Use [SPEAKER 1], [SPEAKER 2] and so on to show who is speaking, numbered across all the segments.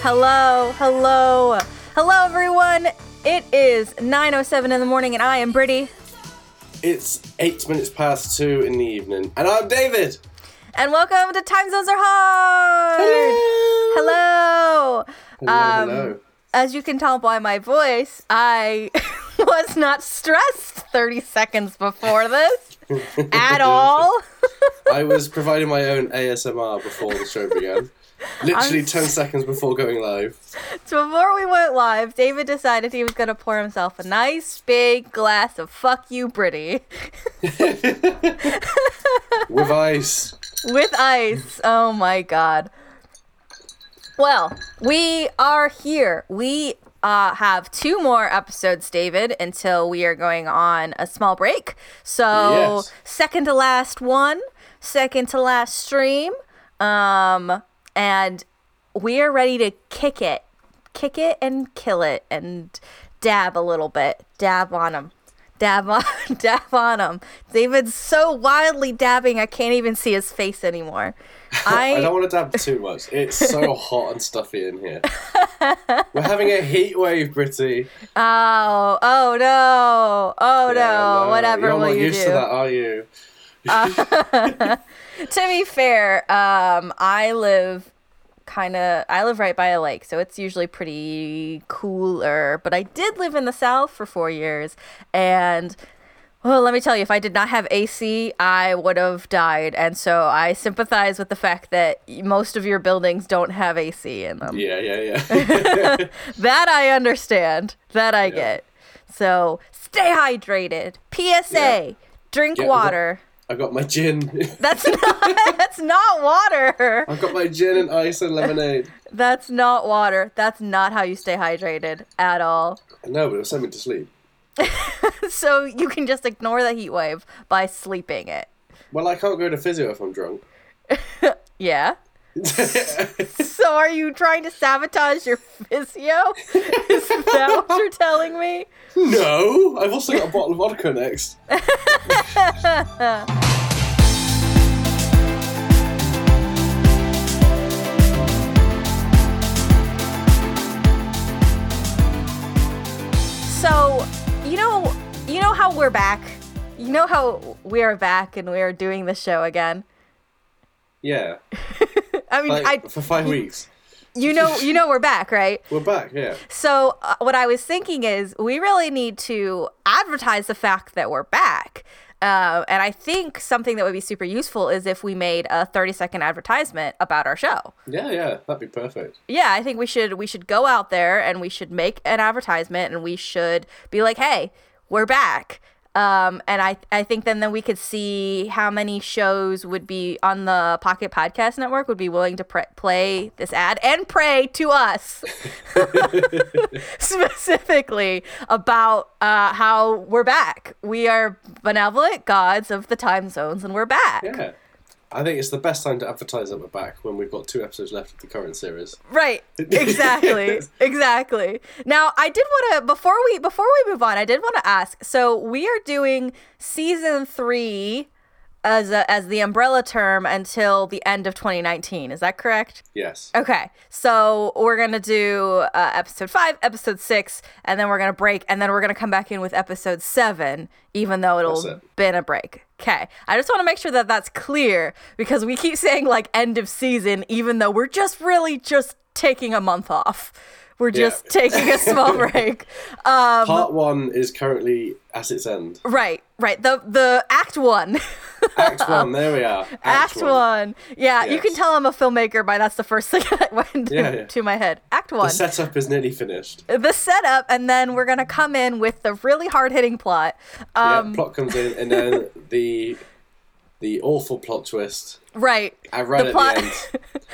[SPEAKER 1] Hello, hello, hello, everyone. It is 9:07 in the morning, and I am Brittany.
[SPEAKER 2] It's eight minutes past two in the evening, and I'm David.
[SPEAKER 1] And welcome to Time Zones Are Hard. Hello.
[SPEAKER 2] Hello,
[SPEAKER 1] Um,
[SPEAKER 2] hello.
[SPEAKER 1] As you can tell by my voice, I was not stressed 30 seconds before this at all.
[SPEAKER 2] I was providing my own ASMR before the show began. Literally
[SPEAKER 1] I'm-
[SPEAKER 2] 10 seconds before going live.
[SPEAKER 1] So before we went live, David decided he was gonna pour himself a nice big glass of fuck you, Britty,
[SPEAKER 2] With ice.
[SPEAKER 1] with ice. Oh my god. Well, we are here. We uh, have two more episodes, David, until we are going on a small break. So
[SPEAKER 2] Yes.
[SPEAKER 1] second to last one, second to last stream, um, and we are ready to kick it, kick it and kill it, and dab a little bit, dab on them. Dab on, dab on him. David's so wildly dabbing, I can't even see his face anymore. I,
[SPEAKER 2] I don't want to dab too much. It's so hot and stuffy in here. We're having a heat wave, Britty.
[SPEAKER 1] Oh, oh no. Oh
[SPEAKER 2] Yeah,
[SPEAKER 1] no. Whatever
[SPEAKER 2] You're
[SPEAKER 1] will
[SPEAKER 2] not
[SPEAKER 1] you
[SPEAKER 2] used
[SPEAKER 1] do?
[SPEAKER 2] to that, are you?
[SPEAKER 1] To be fair, um I live kind of I live right by a lake, so it's usually pretty cooler, but I did live in the south for 4 years and well, let me tell you, if I did not have AC, I would have died. And so I sympathize with the fact that most of your buildings don't have AC in them.
[SPEAKER 2] Yeah, yeah, yeah.
[SPEAKER 1] That I understand. That I get. So stay hydrated. PSA. Drink
[SPEAKER 2] Yeah, we got-
[SPEAKER 1] water.
[SPEAKER 2] I got my gin.
[SPEAKER 1] That's not that's not water.
[SPEAKER 2] I've got my gin and ice and lemonade.
[SPEAKER 1] That's not water. That's not how you stay hydrated at all.
[SPEAKER 2] No, but it was sent me to sleep.
[SPEAKER 1] So you can just ignore the heat wave by sleeping it.
[SPEAKER 2] Well, I can't go to physio if I'm drunk.
[SPEAKER 1] Yeah. So are you trying to sabotage your physio? Is that what you're telling me?
[SPEAKER 2] No, I've also got a bottle of vodka next.
[SPEAKER 1] So, you know, you know how we're back. You know how we are back and we are doing the show again.
[SPEAKER 2] Yeah,
[SPEAKER 1] I mean,
[SPEAKER 2] like,
[SPEAKER 1] I
[SPEAKER 2] for five weeks.
[SPEAKER 1] you know you know we're back, right?
[SPEAKER 2] We're back, yeah.
[SPEAKER 1] So uh, what I was thinking is we really need to advertise the fact that we're back. Uh, and I think something that would be super useful is if we made a 30 second advertisement about our show.
[SPEAKER 2] Yeah, yeah, that'd be perfect.
[SPEAKER 1] Yeah, I think we should we should go out there and we should make an advertisement and we should be like, "Hey, we're back." Um, and I I think then then we could see how many shows would be on the Pocket Podcast Network would be willing to pre- play this ad and pray to us specifically about uh, how we're back. We are benevolent gods of the time zones and we're back.
[SPEAKER 2] Yeah. I think it's the best time to advertise that we're back when we've got two episodes left of the current series.
[SPEAKER 1] Right. Exactly. exactly. Now, I did want to before we before we move on, I did want to ask. So, we are doing season 3 as a, as the umbrella term until the end of 2019. Is that correct?
[SPEAKER 2] Yes.
[SPEAKER 1] Okay. So, we're going to do uh, episode 5, episode 6, and then we're going to break and then we're going to come back in with episode 7 even though it'll
[SPEAKER 2] That's it.
[SPEAKER 1] been a break. Okay. I just want to make sure that that's clear because we keep saying like end of season, even though we're just really just taking a month off. We're
[SPEAKER 2] Yeah.
[SPEAKER 1] just taking a small break. Um,
[SPEAKER 2] Part one is currently at its end.
[SPEAKER 1] right, right. The the act one.
[SPEAKER 2] Act one, there we are.
[SPEAKER 1] Act one. Yeah, you can
[SPEAKER 2] Yes.
[SPEAKER 1] tell I'm a filmmaker by that's the first thing that went
[SPEAKER 2] Yeah, yeah.
[SPEAKER 1] to my head. Act
[SPEAKER 2] The
[SPEAKER 1] one.
[SPEAKER 2] setup is nearly finished.
[SPEAKER 1] the setup, and then we're going to come in with the really hard hitting plot. Um,
[SPEAKER 2] yeah, plot comes in, and then the the awful plot twist.
[SPEAKER 1] Right.
[SPEAKER 2] I read
[SPEAKER 1] the
[SPEAKER 2] at
[SPEAKER 1] plot,
[SPEAKER 2] the end.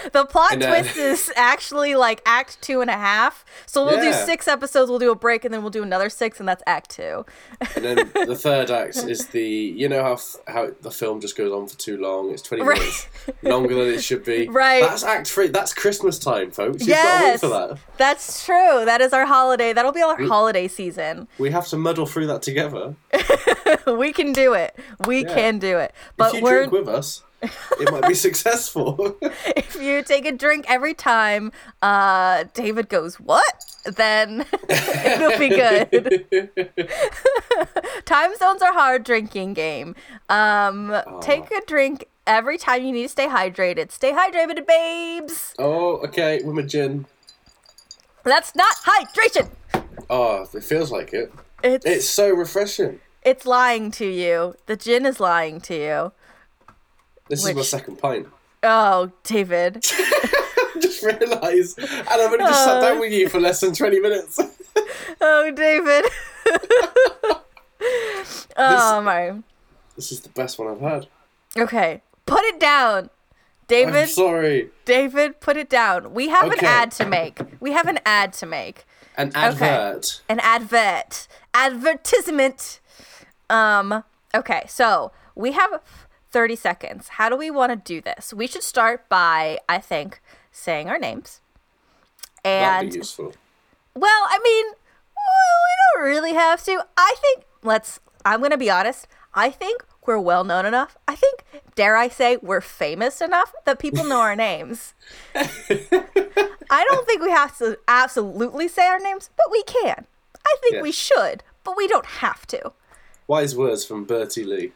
[SPEAKER 1] the plot
[SPEAKER 2] And, uh,
[SPEAKER 1] twist is actually like act two and a half. So we'll do
[SPEAKER 2] Yeah.
[SPEAKER 1] six episodes, we'll do a break, and then we'll do another six, and that's act two.
[SPEAKER 2] And then the third act is the you know how f- how the film just goes on for too long. It's twenty
[SPEAKER 1] Right.
[SPEAKER 2] minutes longer than it should be.
[SPEAKER 1] Right.
[SPEAKER 2] That's act three. That's Christmas time, folks. You've
[SPEAKER 1] yes.
[SPEAKER 2] got to wait for that.
[SPEAKER 1] That's true. That is our holiday. That'll be our holiday season.
[SPEAKER 2] We have to muddle through that together.
[SPEAKER 1] we can do it. We
[SPEAKER 2] Yeah.
[SPEAKER 1] can do it. But
[SPEAKER 2] if you
[SPEAKER 1] we're
[SPEAKER 2] drink with us, It might be successful.
[SPEAKER 1] if you take a drink every time uh, David goes, What? Then it'll be good. time zones are hard drinking game. Um, Take a drink every time you need to stay hydrated. Stay hydrated, babes.
[SPEAKER 2] oh, okay, women gin.
[SPEAKER 1] That's not hydration.
[SPEAKER 2] Oh, it feels like it.
[SPEAKER 1] It's,
[SPEAKER 2] It's
[SPEAKER 1] it's
[SPEAKER 2] so refreshing.
[SPEAKER 1] lying to you. The gin is lying to you.
[SPEAKER 2] This is my
[SPEAKER 1] Which-
[SPEAKER 2] second pint.
[SPEAKER 1] Oh, David.
[SPEAKER 2] I just realised, and I've only just sat down with you for less than twenty minutes.
[SPEAKER 1] Oh, David. oh my.
[SPEAKER 2] this is the best one I've had.
[SPEAKER 1] Okay, put it down,
[SPEAKER 2] I'm
[SPEAKER 1] David.
[SPEAKER 2] sorry.
[SPEAKER 1] David, put it down. We have an
[SPEAKER 2] Okay.
[SPEAKER 1] ad to make. We have an ad to make.
[SPEAKER 2] An advert.
[SPEAKER 1] An advert. Advertisement. Um. Okay, so we have 30 seconds. How do we want to do this? We should start by, I think, saying our names.
[SPEAKER 2] That'd
[SPEAKER 1] And
[SPEAKER 2] be useful.
[SPEAKER 1] Well, I mean, we don't really have to. I think let's. I'm gonna be honest. I think we're well known enough. I think, dare I say, we're famous enough that people know our names. I don't think we have to absolutely say our names, but we can. I think we
[SPEAKER 2] Yes.
[SPEAKER 1] should, but we don't have to.
[SPEAKER 2] Wise words from Bertie Lee.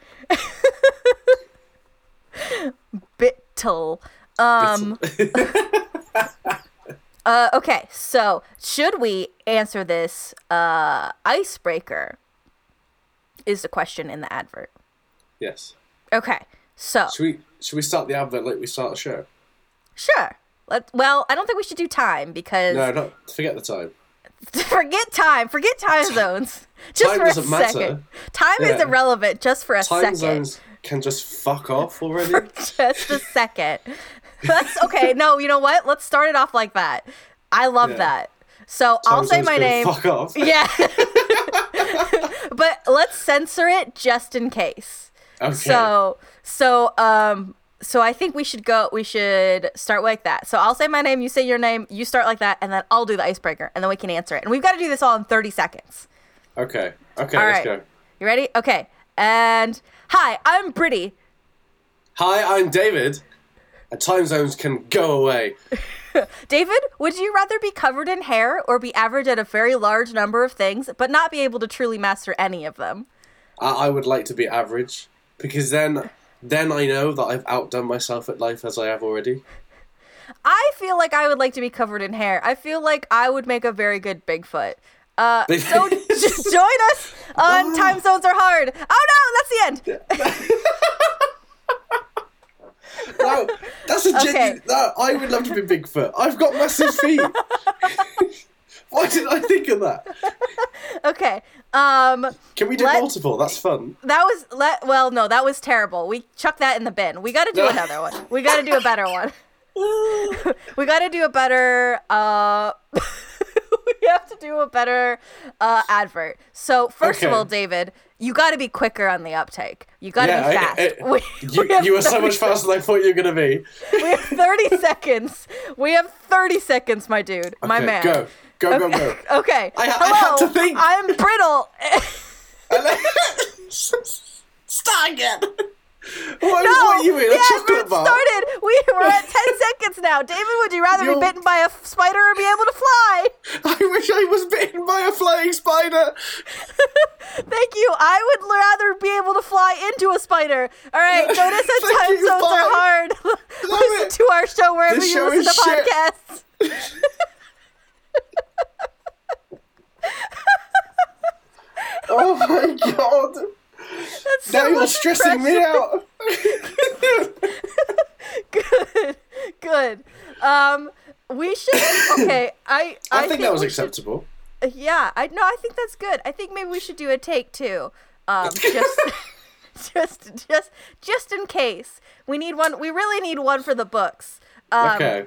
[SPEAKER 1] Bittle. Um. uh, okay, so should we answer this uh, icebreaker? Is the question in the advert?
[SPEAKER 2] yes.
[SPEAKER 1] Okay, so
[SPEAKER 2] Should we should we start the advert like we start a show?
[SPEAKER 1] sure. Let, well, I don't think we should do time because
[SPEAKER 2] No, not forget the time.
[SPEAKER 1] forget time, forget time zones. Just
[SPEAKER 2] Time
[SPEAKER 1] for
[SPEAKER 2] doesn't
[SPEAKER 1] a
[SPEAKER 2] matter.
[SPEAKER 1] second, time is
[SPEAKER 2] Yeah.
[SPEAKER 1] irrelevant. Just for a
[SPEAKER 2] Time
[SPEAKER 1] second.
[SPEAKER 2] zones can just fuck off already.
[SPEAKER 1] just a second. That's okay. No, you know what? Let's start it off like that. I love
[SPEAKER 2] Yeah.
[SPEAKER 1] that. So I'll
[SPEAKER 2] Time
[SPEAKER 1] say
[SPEAKER 2] zones
[SPEAKER 1] my
[SPEAKER 2] can
[SPEAKER 1] name.
[SPEAKER 2] Fuck off.
[SPEAKER 1] Yeah. but let's censor it just in case.
[SPEAKER 2] Okay.
[SPEAKER 1] So so um so I think we should go we should start like that. So I'll say my name, you say your name, you start like that, and then I'll do the icebreaker and then we can answer it. And we've got to do this all in 30 seconds.
[SPEAKER 2] okay. Okay.
[SPEAKER 1] All
[SPEAKER 2] let's
[SPEAKER 1] right.
[SPEAKER 2] go.
[SPEAKER 1] You ready? Okay. And hi, I'm Brittany.
[SPEAKER 2] Hi, I'm David. And time zones can go away.
[SPEAKER 1] David, would you rather be covered in hair or be average at a very large number of things but not be able to truly master any of them?
[SPEAKER 2] I, I would like to be average because then then I know that I've outdone myself at life as I have already.
[SPEAKER 1] I feel like I would like to be covered in hair. I feel like I would make a very good Bigfoot. Uh, so just join us on Time Zones Are Hard. Oh no, that's the end.
[SPEAKER 2] No, that's a
[SPEAKER 1] Okay.
[SPEAKER 2] genuine. No, I would love to be Bigfoot. I've got massive feet. Why did I think of that?
[SPEAKER 1] Okay. Um,
[SPEAKER 2] Can we do
[SPEAKER 1] Let-
[SPEAKER 2] multiple? That's fun.
[SPEAKER 1] that was let. Well, no, that was terrible. We chuck that in the bin. We got to do another one. We got to do a better one. we got to do a better. Uh, we have to do a better uh, advert. So first of
[SPEAKER 2] Okay.
[SPEAKER 1] all, David, you got to be quicker on the uptake. You got to
[SPEAKER 2] Yeah,
[SPEAKER 1] be
[SPEAKER 2] I-
[SPEAKER 1] fast.
[SPEAKER 2] I-
[SPEAKER 1] We-
[SPEAKER 2] You,
[SPEAKER 1] we have
[SPEAKER 2] you were so
[SPEAKER 1] 30
[SPEAKER 2] much faster than I thought you were gonna be.
[SPEAKER 1] We have 30 seconds. We have 30 seconds, my dude. my
[SPEAKER 2] Okay,
[SPEAKER 1] man.
[SPEAKER 2] Go, go, go, go.
[SPEAKER 1] Okay.
[SPEAKER 2] I- I
[SPEAKER 1] Hello.
[SPEAKER 2] had to think.
[SPEAKER 1] I'm brittle.
[SPEAKER 2] And then- Start again. What, what are you in?
[SPEAKER 1] yeah,
[SPEAKER 2] a chocolate
[SPEAKER 1] it
[SPEAKER 2] bar?
[SPEAKER 1] started. We were at 10 seconds now. David, would you rather
[SPEAKER 2] You're-
[SPEAKER 1] be bitten by a f- spider or be able to fly?
[SPEAKER 2] I wish I was bitten by a flying spider.
[SPEAKER 1] Thank you. I would l- rather be able to fly into a spider. All right. Notice that
[SPEAKER 2] Thank
[SPEAKER 1] time
[SPEAKER 2] you,
[SPEAKER 1] zones are
[SPEAKER 2] bye.
[SPEAKER 1] hard. listen
[SPEAKER 2] it.
[SPEAKER 1] to our show wherever
[SPEAKER 2] This
[SPEAKER 1] you
[SPEAKER 2] show
[SPEAKER 1] listen
[SPEAKER 2] is
[SPEAKER 1] to
[SPEAKER 2] shit.
[SPEAKER 1] podcasts.
[SPEAKER 2] Oh my god.
[SPEAKER 1] That's so
[SPEAKER 2] Now you're
[SPEAKER 1] much
[SPEAKER 2] stressing me
[SPEAKER 1] pressure.
[SPEAKER 2] out.
[SPEAKER 1] good good um we should okay i
[SPEAKER 2] I, think, that was
[SPEAKER 1] we should-
[SPEAKER 2] acceptable.
[SPEAKER 1] yeah i no i think that's good i think maybe we should do a take two um just just just just in case we need one we really need one for the books um
[SPEAKER 2] okay.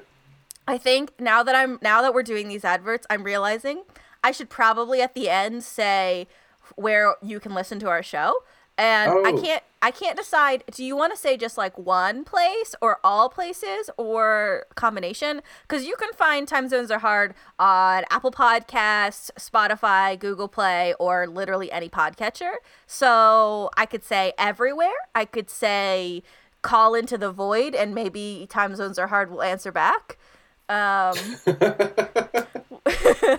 [SPEAKER 1] i think now that i'm now that we're doing these adverts i'm realizing i should probably at the end say where you can listen to our show and i
[SPEAKER 2] Oh.
[SPEAKER 1] can't i can't decide do you want to say just like one place or all places or combination because you can find time zones are hard on apple podcasts spotify google play or literally any podcatcher so i could say everywhere i could say call into the void and maybe time zones are hard we'll answer back um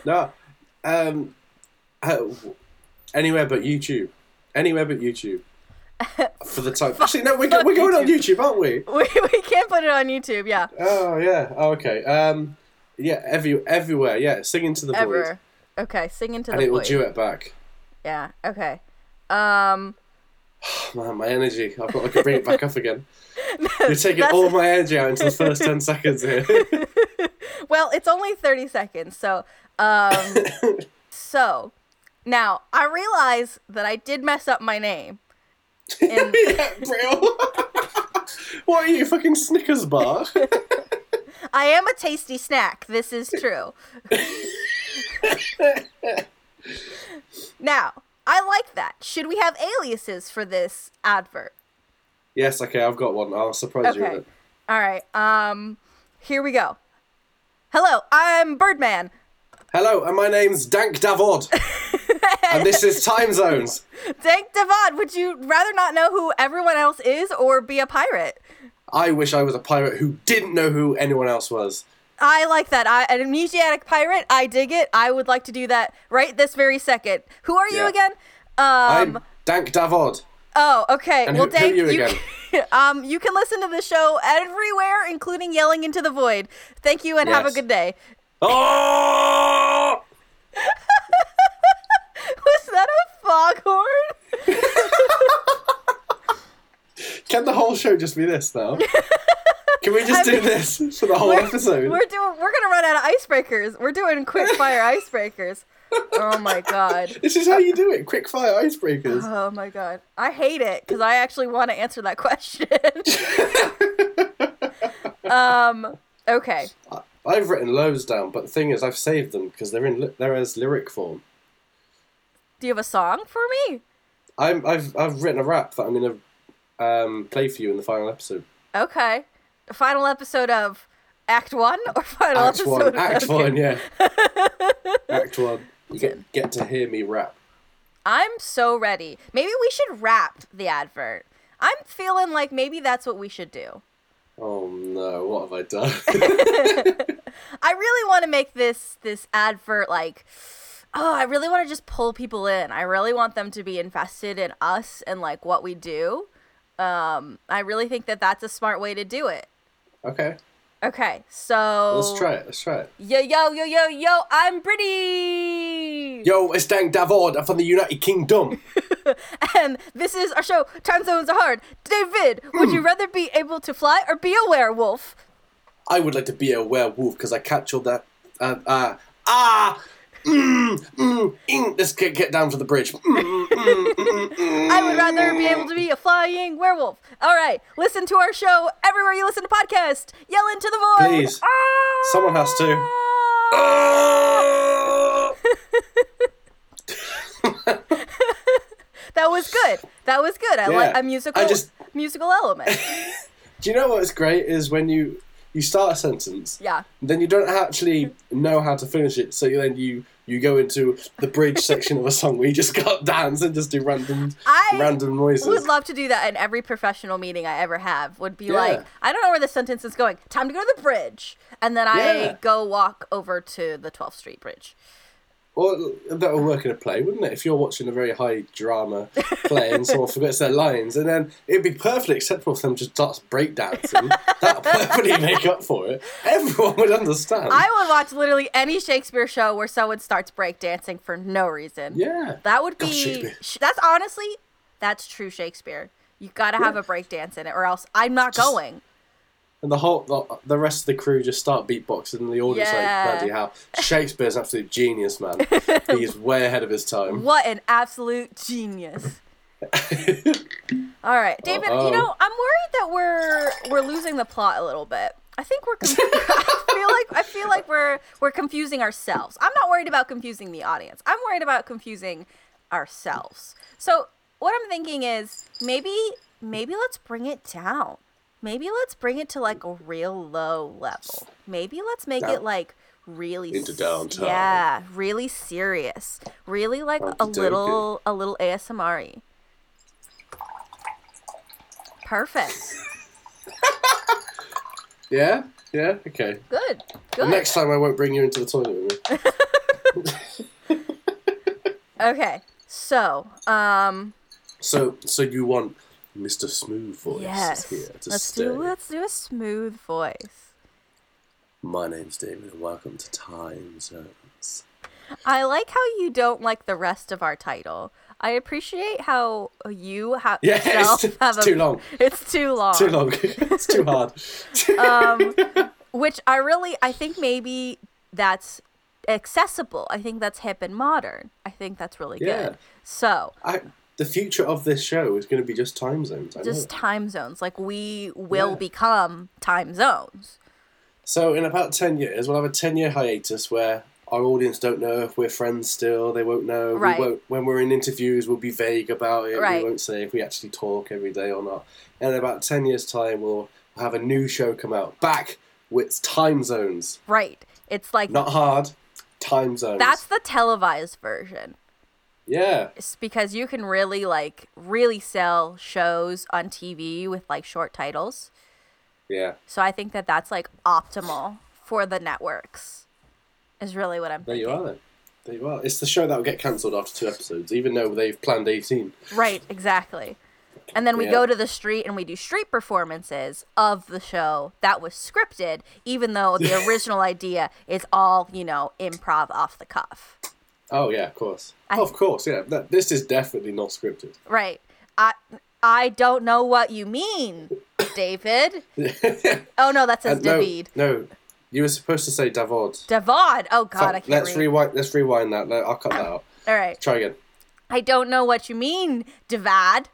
[SPEAKER 2] no, um, uh, anywhere but YouTube. Anywhere but YouTube. For the time. Actually, no, we're, go-
[SPEAKER 1] Fuck
[SPEAKER 2] we're going on
[SPEAKER 1] YouTube.
[SPEAKER 2] YouTube, aren't we?
[SPEAKER 1] we, we can't put it on youtube yeah
[SPEAKER 2] Oh yeah. Oh, okay. Um, yeah. Every everywhere. Yeah. Sing into the void,
[SPEAKER 1] ever okay sing into
[SPEAKER 2] and
[SPEAKER 1] the
[SPEAKER 2] it will
[SPEAKER 1] void
[SPEAKER 2] duet back.
[SPEAKER 1] yeah okay um
[SPEAKER 2] Man, my energy. I've got to bring it back up again. You're taking all my energy out into the first ten seconds here.
[SPEAKER 1] well it's only 30 seconds so um so now i realize that i did mess up my name in,
[SPEAKER 2] yeah, Brill. what are you, fucking Snickers bar?
[SPEAKER 1] i am a tasty snack this is true now i like that should we have aliases for this advert
[SPEAKER 2] yes. Okay, I've got one. I'll surprise you with
[SPEAKER 1] Okay.
[SPEAKER 2] it.
[SPEAKER 1] All right. Um here we go. Hello, I'm Birdman.
[SPEAKER 2] Hello, and my name's Dank Davod. and this is Time Zones.
[SPEAKER 1] Dank Devon, would you rather not know who everyone else is or be a pirate?
[SPEAKER 2] I wish I was a pirate who didn't know who anyone else was.
[SPEAKER 1] I like that. I an amnesiac pirate. I dig it. I would like to do that right this very second. Who are you
[SPEAKER 2] Yeah.
[SPEAKER 1] again?
[SPEAKER 2] I'm
[SPEAKER 1] Um
[SPEAKER 2] Dank Davod.
[SPEAKER 1] oh, okay.
[SPEAKER 2] And
[SPEAKER 1] well
[SPEAKER 2] who- who
[SPEAKER 1] Dank
[SPEAKER 2] are you
[SPEAKER 1] can, um you can listen to the show everywhere including yelling into the void. Thank you and have a
[SPEAKER 2] Yes.
[SPEAKER 1] good day.
[SPEAKER 2] Oh!
[SPEAKER 1] Was that a foghorn?
[SPEAKER 2] Can the whole show just be this now? Can we just do this for the whole episode?
[SPEAKER 1] We're doing. We're gonna run out of icebreakers. We're doing quick fire icebreakers. Oh my god.
[SPEAKER 2] This is how you do it. Quick fire icebreakers.
[SPEAKER 1] Oh my god. I hate it because I actually want to answer that question. um. Okay.
[SPEAKER 2] I've written loads down, but the thing is, I've saved them because they're in li- they're as lyric form.
[SPEAKER 1] Do you have a song for me?
[SPEAKER 2] I'm, I've I've written a rap that I'm gonna um, play for you in the final episode.
[SPEAKER 1] Okay. Final episode of Act One or final
[SPEAKER 2] Act
[SPEAKER 1] episode
[SPEAKER 2] one,
[SPEAKER 1] of
[SPEAKER 2] act
[SPEAKER 1] okay.
[SPEAKER 2] one, yeah. act one. You get, get to hear me rap.
[SPEAKER 1] I'm so ready. Maybe we should wrap the advert. I'm feeling like maybe that's what we should do.
[SPEAKER 2] Oh no, what have I done?
[SPEAKER 1] I really want to make this this advert like oh, I really want to just pull people in. I really want them to be invested in us and like what we do. Um, I really think that that's a smart way to do it.
[SPEAKER 2] okay,
[SPEAKER 1] Okay, so
[SPEAKER 2] let's try it. Let's try it.
[SPEAKER 1] Yo yo yo yo yo, I'm Brittany,
[SPEAKER 2] Yo, it's Dank Davord. I'm from the United Kingdom.
[SPEAKER 1] and this is our show. Time zones are hard. David, would
[SPEAKER 2] Hmm.
[SPEAKER 1] you rather be able to fly or be a werewolf?
[SPEAKER 2] I would like to be a werewolf because I catch all that. Uh, uh, ah! Mm, mm, mm. Let's get, get down to the bridge. Mm, mm, mm, mm,
[SPEAKER 1] I would rather be able to be a flying werewolf. All right, listen to our show everywhere you listen to podcasts. Yell into the void.
[SPEAKER 2] Please.
[SPEAKER 1] Ah!
[SPEAKER 2] Someone has to. mm.
[SPEAKER 1] That was good. That was good. I
[SPEAKER 2] Yeah.
[SPEAKER 1] like a musical
[SPEAKER 2] I just-
[SPEAKER 1] musical element.
[SPEAKER 2] Do you know what's great is when you you start a sentence,
[SPEAKER 1] Yeah.
[SPEAKER 2] then you don't actually know how to finish it. So then you you go into the bridge section of a song where you just can't dance and just do random
[SPEAKER 1] I
[SPEAKER 2] random noises.
[SPEAKER 1] Would love to do that in every professional meeting I ever have. Would be
[SPEAKER 2] Yeah.
[SPEAKER 1] like, I don't know where this sentence is going. Time to go to the bridge, and then
[SPEAKER 2] Yeah.
[SPEAKER 1] I go walk over to the 12th Street Bridge.
[SPEAKER 2] Or that would work in a play, wouldn't it? If you're watching a very high drama play and someone forgets their lines, and then it'd be perfectly acceptable for them to start breakdancing. That'd perfectly make up for it. Everyone would understand.
[SPEAKER 1] I would watch literally any Shakespeare show where someone starts breakdancing for no reason.
[SPEAKER 2] yeah.
[SPEAKER 1] That would
[SPEAKER 2] God,
[SPEAKER 1] be.
[SPEAKER 2] Shakespeare.
[SPEAKER 1] Sh- that's honestly, that's true Shakespeare. You gotta have a break dance in it, or else I'm not going.
[SPEAKER 2] And the whole the, the rest of the crew just start beatboxing, and the audience
[SPEAKER 1] Yeah.
[SPEAKER 2] like bloody hell. Shakespeare's an absolute genius, man. he is way ahead of his time.
[SPEAKER 1] What an absolute genius! All right, David.
[SPEAKER 2] Uh-oh.
[SPEAKER 1] You know, I'm worried that we're we're losing the plot a little bit. I think we're. Conf- I feel like I feel like we're we're confusing ourselves. I'm not worried about confusing the audience. I'm worried about confusing ourselves. So what I'm thinking is maybe maybe let's bring it down. Maybe let's bring it to like a real low level. Maybe let's make it
[SPEAKER 2] Down.
[SPEAKER 1] like really
[SPEAKER 2] Into
[SPEAKER 1] s-
[SPEAKER 2] downtown.
[SPEAKER 1] Yeah, uh, really serious. Really like a
[SPEAKER 2] Okey-dokey.
[SPEAKER 1] little a little ASMR. Perfect.
[SPEAKER 2] Yeah? Yeah? Okay.
[SPEAKER 1] Good.
[SPEAKER 2] The
[SPEAKER 1] Good.
[SPEAKER 2] Next time I won't bring you into the toilet with me.
[SPEAKER 1] Okay. So, um,
[SPEAKER 2] So, so you want Mr. Smooth Voice
[SPEAKER 1] yes.
[SPEAKER 2] here to
[SPEAKER 1] Let's
[SPEAKER 2] stay.
[SPEAKER 1] do let's do a smooth voice.
[SPEAKER 2] My name's David, and welcome to Time Zones.
[SPEAKER 1] I like how you don't like the rest of our title. I appreciate how you have
[SPEAKER 2] Yeah, it's
[SPEAKER 1] yourself
[SPEAKER 2] t- it's
[SPEAKER 1] have a-
[SPEAKER 2] too long.
[SPEAKER 1] It's too long.
[SPEAKER 2] Too long. it's too hard.
[SPEAKER 1] Uh, Which I really I think maybe that's accessible. I think that's hip and modern. I think that's really
[SPEAKER 2] Yeah.
[SPEAKER 1] good. So
[SPEAKER 2] I, the future of this show is going to be just time zones. I know.
[SPEAKER 1] just time zones. Like we will
[SPEAKER 2] Yeah.
[SPEAKER 1] become time zones.
[SPEAKER 2] So in about ten years, we'll have a ten-year hiatus where our audience don't know if we're friends still. They won't know.
[SPEAKER 1] Right.
[SPEAKER 2] We won't, when we're in interviews, we'll be vague about it.
[SPEAKER 1] Right.
[SPEAKER 2] We won't say if we actually talk every day or not. And in about ten years' time, we'll have a new show come out. Back with time zones.
[SPEAKER 1] Right. It's like
[SPEAKER 2] Not hard. Time zones.
[SPEAKER 1] that's the televised version.
[SPEAKER 2] yeah.
[SPEAKER 1] It's because you can really like really sell shows on TV with like short titles.
[SPEAKER 2] Yeah.
[SPEAKER 1] So I think that that's like optimal for the networks, is really what I'm
[SPEAKER 2] There
[SPEAKER 1] thinking.
[SPEAKER 2] you are. Then. There you are. It's the show that will get cancelled after two episodes, even though they've planned eighteen.
[SPEAKER 1] Right, exactly. And then we
[SPEAKER 2] Yeah.
[SPEAKER 1] go to the street and we do street performances of the show that was scripted, even though the original idea is all, you know, improv off the cuff.
[SPEAKER 2] Oh yeah, of course.
[SPEAKER 1] I-
[SPEAKER 2] of course, yeah. That, this is definitely not scripted.
[SPEAKER 1] Right. I I don't know what you mean, David. oh no, that says
[SPEAKER 2] And
[SPEAKER 1] David.
[SPEAKER 2] Uh, No, no, you were supposed to say Davod.
[SPEAKER 1] Davod. Oh god, I
[SPEAKER 2] Fuck,
[SPEAKER 1] can't
[SPEAKER 2] let's
[SPEAKER 1] read. Oh.
[SPEAKER 2] rewind. Let's rewind that. No, I'll cut that out.
[SPEAKER 1] all right.
[SPEAKER 2] Try again.
[SPEAKER 1] I don't know what you mean, Davad.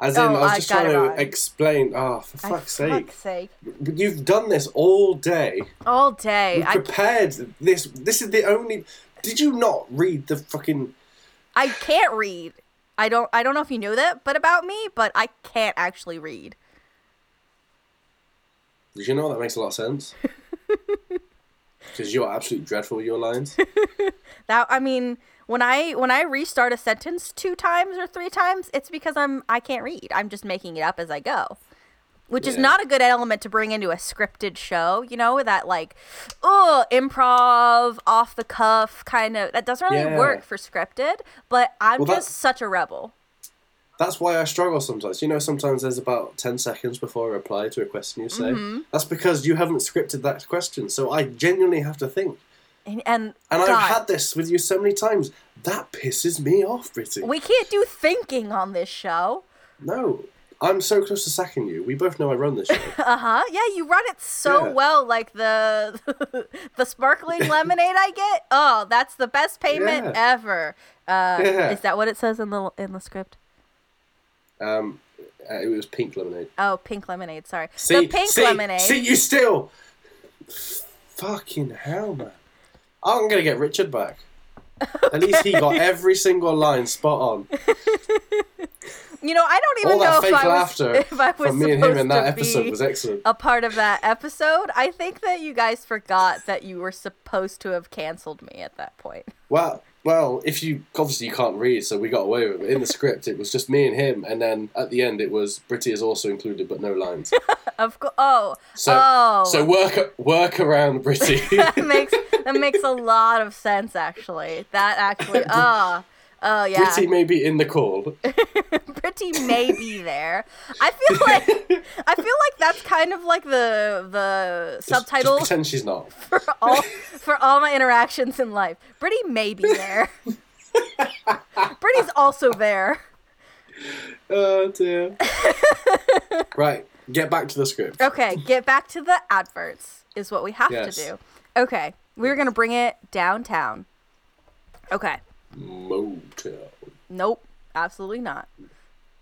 [SPEAKER 2] As
[SPEAKER 1] Oh,
[SPEAKER 2] in, I was
[SPEAKER 1] I
[SPEAKER 2] just
[SPEAKER 1] got it
[SPEAKER 2] trying to
[SPEAKER 1] wrong.
[SPEAKER 2] explain. Oh, for
[SPEAKER 1] I-
[SPEAKER 2] fuck's sake!
[SPEAKER 1] Fuck's sake.
[SPEAKER 2] You've done this all day.
[SPEAKER 1] All day. I
[SPEAKER 2] Prepared this. This is the only. Did you not read the fucking?
[SPEAKER 1] I can't read. I don't I don't know if you knew that, but about me, but I can't actually read.
[SPEAKER 2] Did you know that makes a lot of sense? Because you're absolutely dreadful with your lines.
[SPEAKER 1] That I mean, when I when I restart a sentence two times or three times, it's because I'm I can't read. I'm just making it up as I go. Which is
[SPEAKER 2] Yeah.
[SPEAKER 1] not a good element to bring into a scripted show, you know, that like, oh, improv, off the cuff kind of that doesn't really
[SPEAKER 2] Yeah.
[SPEAKER 1] work for scripted, but I'm
[SPEAKER 2] Well,
[SPEAKER 1] just
[SPEAKER 2] that-
[SPEAKER 1] such a rebel.
[SPEAKER 2] That's why I struggle sometimes. You know, sometimes there's about 10 seconds before I reply to a question you say.
[SPEAKER 1] Mm-hmm.
[SPEAKER 2] That's because you haven't scripted that question, so I genuinely have to think.
[SPEAKER 1] And, and,
[SPEAKER 2] And
[SPEAKER 1] God,
[SPEAKER 2] I've had this with you so many times. That pisses me off, Britty.
[SPEAKER 1] we can't do thinking on this show.
[SPEAKER 2] No. I'm so close to sacking you. We both know I run this show.
[SPEAKER 1] Uh-huh. Yeah, you run it so
[SPEAKER 2] Yeah.
[SPEAKER 1] well, like the the sparkling lemonade I get. Oh, that's the best payment
[SPEAKER 2] Yeah.
[SPEAKER 1] ever. Uh,
[SPEAKER 2] Yeah.
[SPEAKER 1] Is that what it says in the in the script?
[SPEAKER 2] um, uh, it was pink lemonade.
[SPEAKER 1] Oh, pink lemonade. Sorry,
[SPEAKER 2] See,
[SPEAKER 1] the pink
[SPEAKER 2] see,
[SPEAKER 1] lemonade.
[SPEAKER 2] See you still. Fucking hell, man. I'm going to get Richard back. At least he got every single line spot on.
[SPEAKER 1] You know, I don't even
[SPEAKER 2] All
[SPEAKER 1] know
[SPEAKER 2] that fake
[SPEAKER 1] if I was
[SPEAKER 2] laughter
[SPEAKER 1] if I was
[SPEAKER 2] from me and him in
[SPEAKER 1] supposed
[SPEAKER 2] that
[SPEAKER 1] to
[SPEAKER 2] episode
[SPEAKER 1] be
[SPEAKER 2] was excellent.
[SPEAKER 1] a part of that episode. I think that you guys forgot that you were supposed to have canceled me at that point.
[SPEAKER 2] Well, well, if you obviously you can't read, so we got away with it. In the script, it was just me and him, and then at the end, it was Britty is also included, but no lines.
[SPEAKER 1] Of course. Oh,
[SPEAKER 2] So,
[SPEAKER 1] oh.
[SPEAKER 2] so work work around Britty.
[SPEAKER 1] that makes that makes a lot of sense actually. That actually oh oh yeah.
[SPEAKER 2] Britty may be in the call.
[SPEAKER 1] Pretty may be there. I feel like I feel like that's kind of like the the subtitle
[SPEAKER 2] Just pretend she's not.
[SPEAKER 1] for all for all my interactions in life. Pretty may be there. Pretty's also there.
[SPEAKER 2] Oh dear. right, get back to the script.
[SPEAKER 1] Okay, get back to the adverts is what we have
[SPEAKER 2] Yes.
[SPEAKER 1] to do. Okay. We're gonna bring it downtown. Okay.
[SPEAKER 2] Motel.
[SPEAKER 1] Nope. Absolutely not.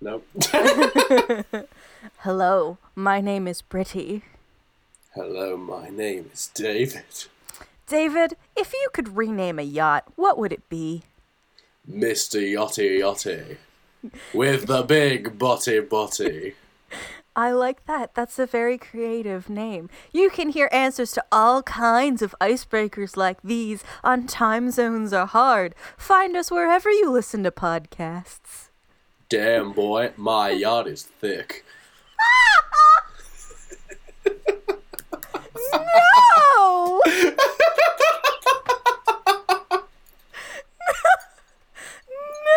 [SPEAKER 2] Nope.
[SPEAKER 1] Hello, my name is Britty.
[SPEAKER 2] Hello, my name is David.
[SPEAKER 1] David, if you could rename a yacht, what would it be?
[SPEAKER 2] Mr. Yachty Yachty. With the big body body.
[SPEAKER 1] I like that. That's a very creative name. You can hear answers to all kinds of icebreakers like these on Time Zones Are Hard. Find us wherever you listen to podcasts.
[SPEAKER 2] Damn boy, my yard is thick.
[SPEAKER 1] No.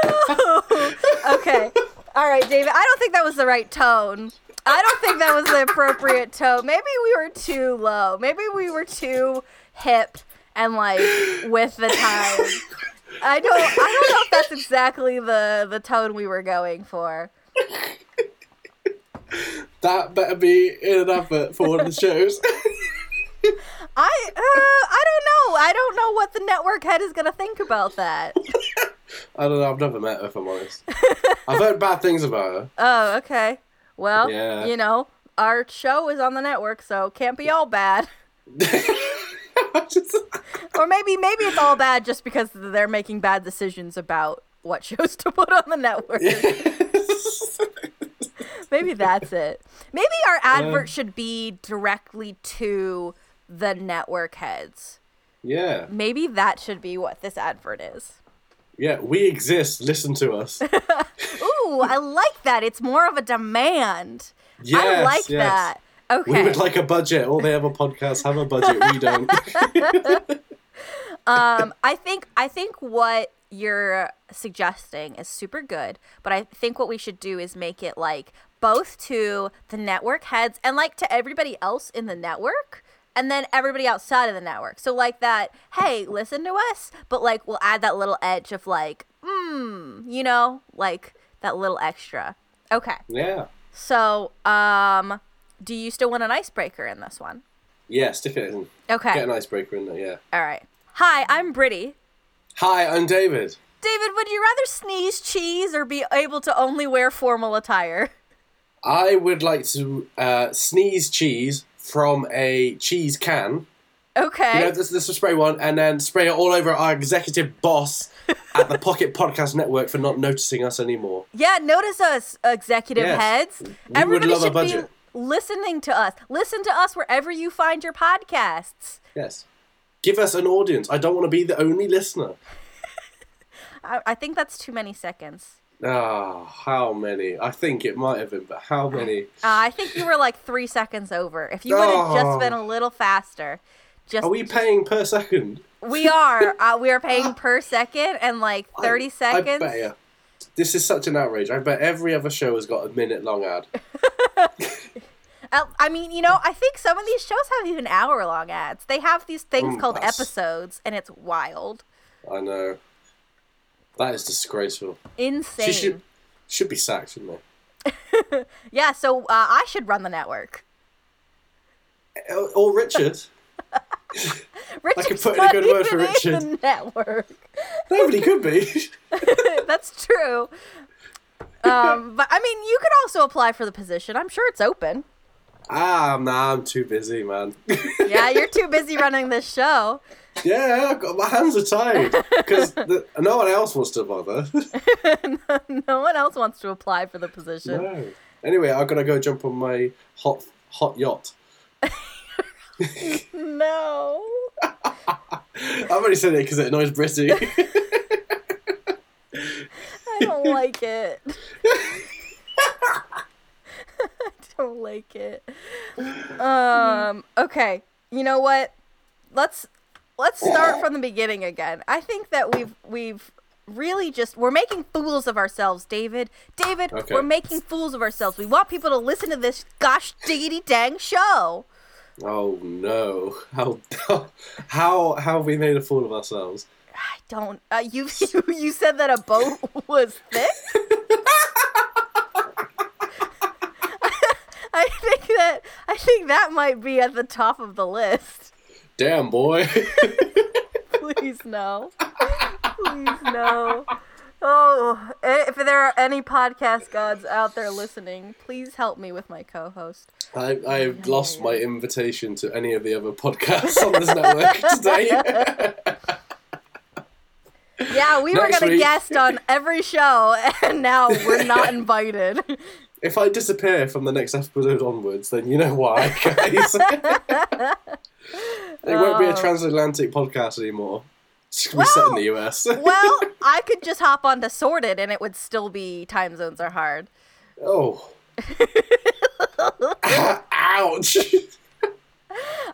[SPEAKER 1] no. Okay. All right, David. I don't think that was the right tone. I don't think that was the appropriate tone. Maybe we were too low. Maybe we were too hip and like with the time. I don't I don't know if that's exactly the the tone we were going for.
[SPEAKER 2] That better be in an advert for one of the shows.
[SPEAKER 1] I uh, I don't know. I don't know what the network head is gonna think about that.
[SPEAKER 2] I don't know. I've never met her, if I'm honest. I've heard bad things about her.
[SPEAKER 1] Oh, okay. Well,
[SPEAKER 2] Yeah.
[SPEAKER 1] you know, our show is on the network, so can't be all bad.
[SPEAKER 2] Just-
[SPEAKER 1] Or maybe maybe it's all bad just because they're making bad decisions about what shows to put on the network. Maybe that's it. Maybe our advert should be directly to the network heads.
[SPEAKER 2] yeah,
[SPEAKER 1] Maybe that should be what this advert is.
[SPEAKER 2] yeah, we exist. Listen to us.
[SPEAKER 1] Ooh, I like that. It's more of a demand.
[SPEAKER 2] Yes,
[SPEAKER 1] I like
[SPEAKER 2] yes.
[SPEAKER 1] that. Okay.
[SPEAKER 2] We would like a budget. All the other podcasts have a budget. We don't.
[SPEAKER 1] um, I think I think what you're suggesting is super good, but I think what we should do is make it like both to the network heads and like to everybody else in the network and then everybody outside of the network. So like that, hey, listen to us, but like we'll add that little edge of like, mm, you know, like that little extra. Okay.
[SPEAKER 2] yeah.
[SPEAKER 1] So, um, do you still want an icebreaker in this one?
[SPEAKER 2] Yeah, stick it in.
[SPEAKER 1] Okay.
[SPEAKER 2] Get an icebreaker in there, yeah.
[SPEAKER 1] All right. Hi, I'm Brittany.
[SPEAKER 2] Hi, I'm David.
[SPEAKER 1] David, would you rather sneeze cheese or be able to only wear formal attire?
[SPEAKER 2] I would like to uh, sneeze cheese from a cheese can.
[SPEAKER 1] Okay.
[SPEAKER 2] You know, this, this is spray one, and then spray it all over our executive boss at the Pocket Podcast Network for not noticing us anymore.
[SPEAKER 1] yeah, notice us, executive
[SPEAKER 2] Yes.
[SPEAKER 1] heads.
[SPEAKER 2] would
[SPEAKER 1] Everybody
[SPEAKER 2] love a
[SPEAKER 1] should be
[SPEAKER 2] budget.
[SPEAKER 1] listening to us. Listen to us wherever you find your podcasts.
[SPEAKER 2] Yes. Give us an audience. I don't want to be the only listener.
[SPEAKER 1] I, I think that's too many seconds.
[SPEAKER 2] Ah, how many? I think it might have been, but how many?
[SPEAKER 1] Uh, I think you were like three seconds over. If you would have
[SPEAKER 2] Oh.
[SPEAKER 1] just been a little faster, just
[SPEAKER 2] Are we paying per second?
[SPEAKER 1] We are. Uh, we are paying per second and like 30
[SPEAKER 2] I
[SPEAKER 1] seconds.
[SPEAKER 2] bet you. This is such an outrage. I bet every other show has got a minute long ad.
[SPEAKER 1] Uh, I mean, you know, I think some of these shows have even hour long ads. They have these things
[SPEAKER 2] Mm,
[SPEAKER 1] called
[SPEAKER 2] that's-
[SPEAKER 1] episodes, and it's wild.
[SPEAKER 2] I know. That is disgraceful. She
[SPEAKER 1] Insane.
[SPEAKER 2] should should be sacked, shouldn't
[SPEAKER 1] Yeah, so uh, I should run the network.
[SPEAKER 2] they? Or, or Richard.
[SPEAKER 1] Richard's
[SPEAKER 2] put in a
[SPEAKER 1] not
[SPEAKER 2] good word
[SPEAKER 1] even
[SPEAKER 2] for
[SPEAKER 1] in the
[SPEAKER 2] Richard.
[SPEAKER 1] network.
[SPEAKER 2] Nobody could be.
[SPEAKER 1] That's true. Um, but I mean, you could also apply for the position. I'm sure it's open.
[SPEAKER 2] ah, nah, I'm too busy, man.
[SPEAKER 1] Yeah, you're too busy running this show.
[SPEAKER 2] yeah, I've got, my hands are tied because no one else wants to bother.
[SPEAKER 1] No one else wants to apply for the position.
[SPEAKER 2] no. Anyway, I've got to go jump on my hot hot yacht.
[SPEAKER 1] no.
[SPEAKER 2] I've already said it because it annoys Britty.
[SPEAKER 1] I don't like it. I don't like it. Um. Okay. You know what? Let's let's start from the beginning again. I think that we've we've really just we're making fools of ourselves, David. David,
[SPEAKER 2] Okay.
[SPEAKER 1] we're making fools of ourselves. We want people to listen to this gosh diggity dang show.
[SPEAKER 2] oh no! How how how have we made a fool of ourselves?
[SPEAKER 1] I don't. Uh, you you you said that a boat was thick. I think that I think that might be at the top of the list.
[SPEAKER 2] Damn boy!
[SPEAKER 1] Please no. Please no. Oh, i- if there are any podcast gods out there listening, please help me with my co-host.
[SPEAKER 2] I, I've lost my invitation to any of the other podcasts on this network today.
[SPEAKER 1] Yeah, we were
[SPEAKER 2] Next
[SPEAKER 1] gonna
[SPEAKER 2] week.
[SPEAKER 1] guest on every show, and now we're not invited.
[SPEAKER 2] If I disappear from the next episode onwards, then you know why, guys. it won't be a
[SPEAKER 1] Oh.
[SPEAKER 2] transatlantic podcast anymore. It's gonna be set in the US.
[SPEAKER 1] well, I could just hop onto Sorted and it would still be time zones are hard.
[SPEAKER 2] oh. Ouch!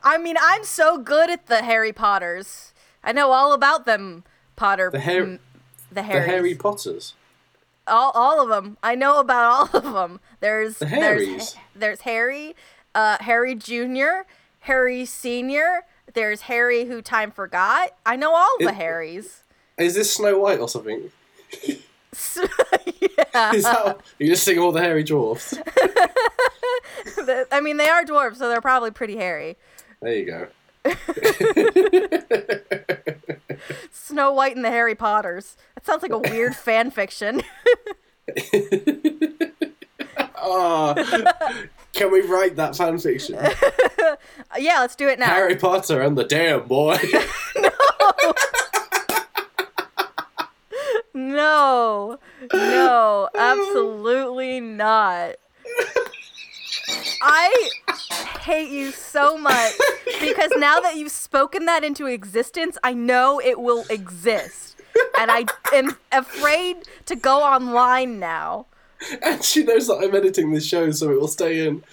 [SPEAKER 1] I mean, I'm so good at the Harry Potters. I know all about them, Potter.
[SPEAKER 2] The Har-
[SPEAKER 1] m- the
[SPEAKER 2] The
[SPEAKER 1] Harrys.
[SPEAKER 2] Harry Potters.
[SPEAKER 1] all, all of them. I know about all of them. There's
[SPEAKER 2] The
[SPEAKER 1] there's
[SPEAKER 2] Harrys.
[SPEAKER 1] there's Harry, uh, Harry Junior, Harry Senior. There's Harry who time forgot. I know all the
[SPEAKER 2] It-
[SPEAKER 1] Harrys.
[SPEAKER 2] Is this Snow White or something?
[SPEAKER 1] yeah,
[SPEAKER 2] Is that are you just seeing all the hairy dwarfs?
[SPEAKER 1] The- I mean they are dwarves, so they're probably pretty hairy.
[SPEAKER 2] There you go.
[SPEAKER 1] Snow White and the Harry Potters. That sounds like a weird fan fiction.
[SPEAKER 2] Ah, can we write that fan fiction?
[SPEAKER 1] Uh, yeah, let's do it now.
[SPEAKER 2] Harry Potter and the Damn Boy.
[SPEAKER 1] No, no, absolutely not. I hate you so much because now that you've spoken that into existence, I know it will exist. And I am afraid to go online now.
[SPEAKER 2] and she knows that I'm editing this show, so it will stay in.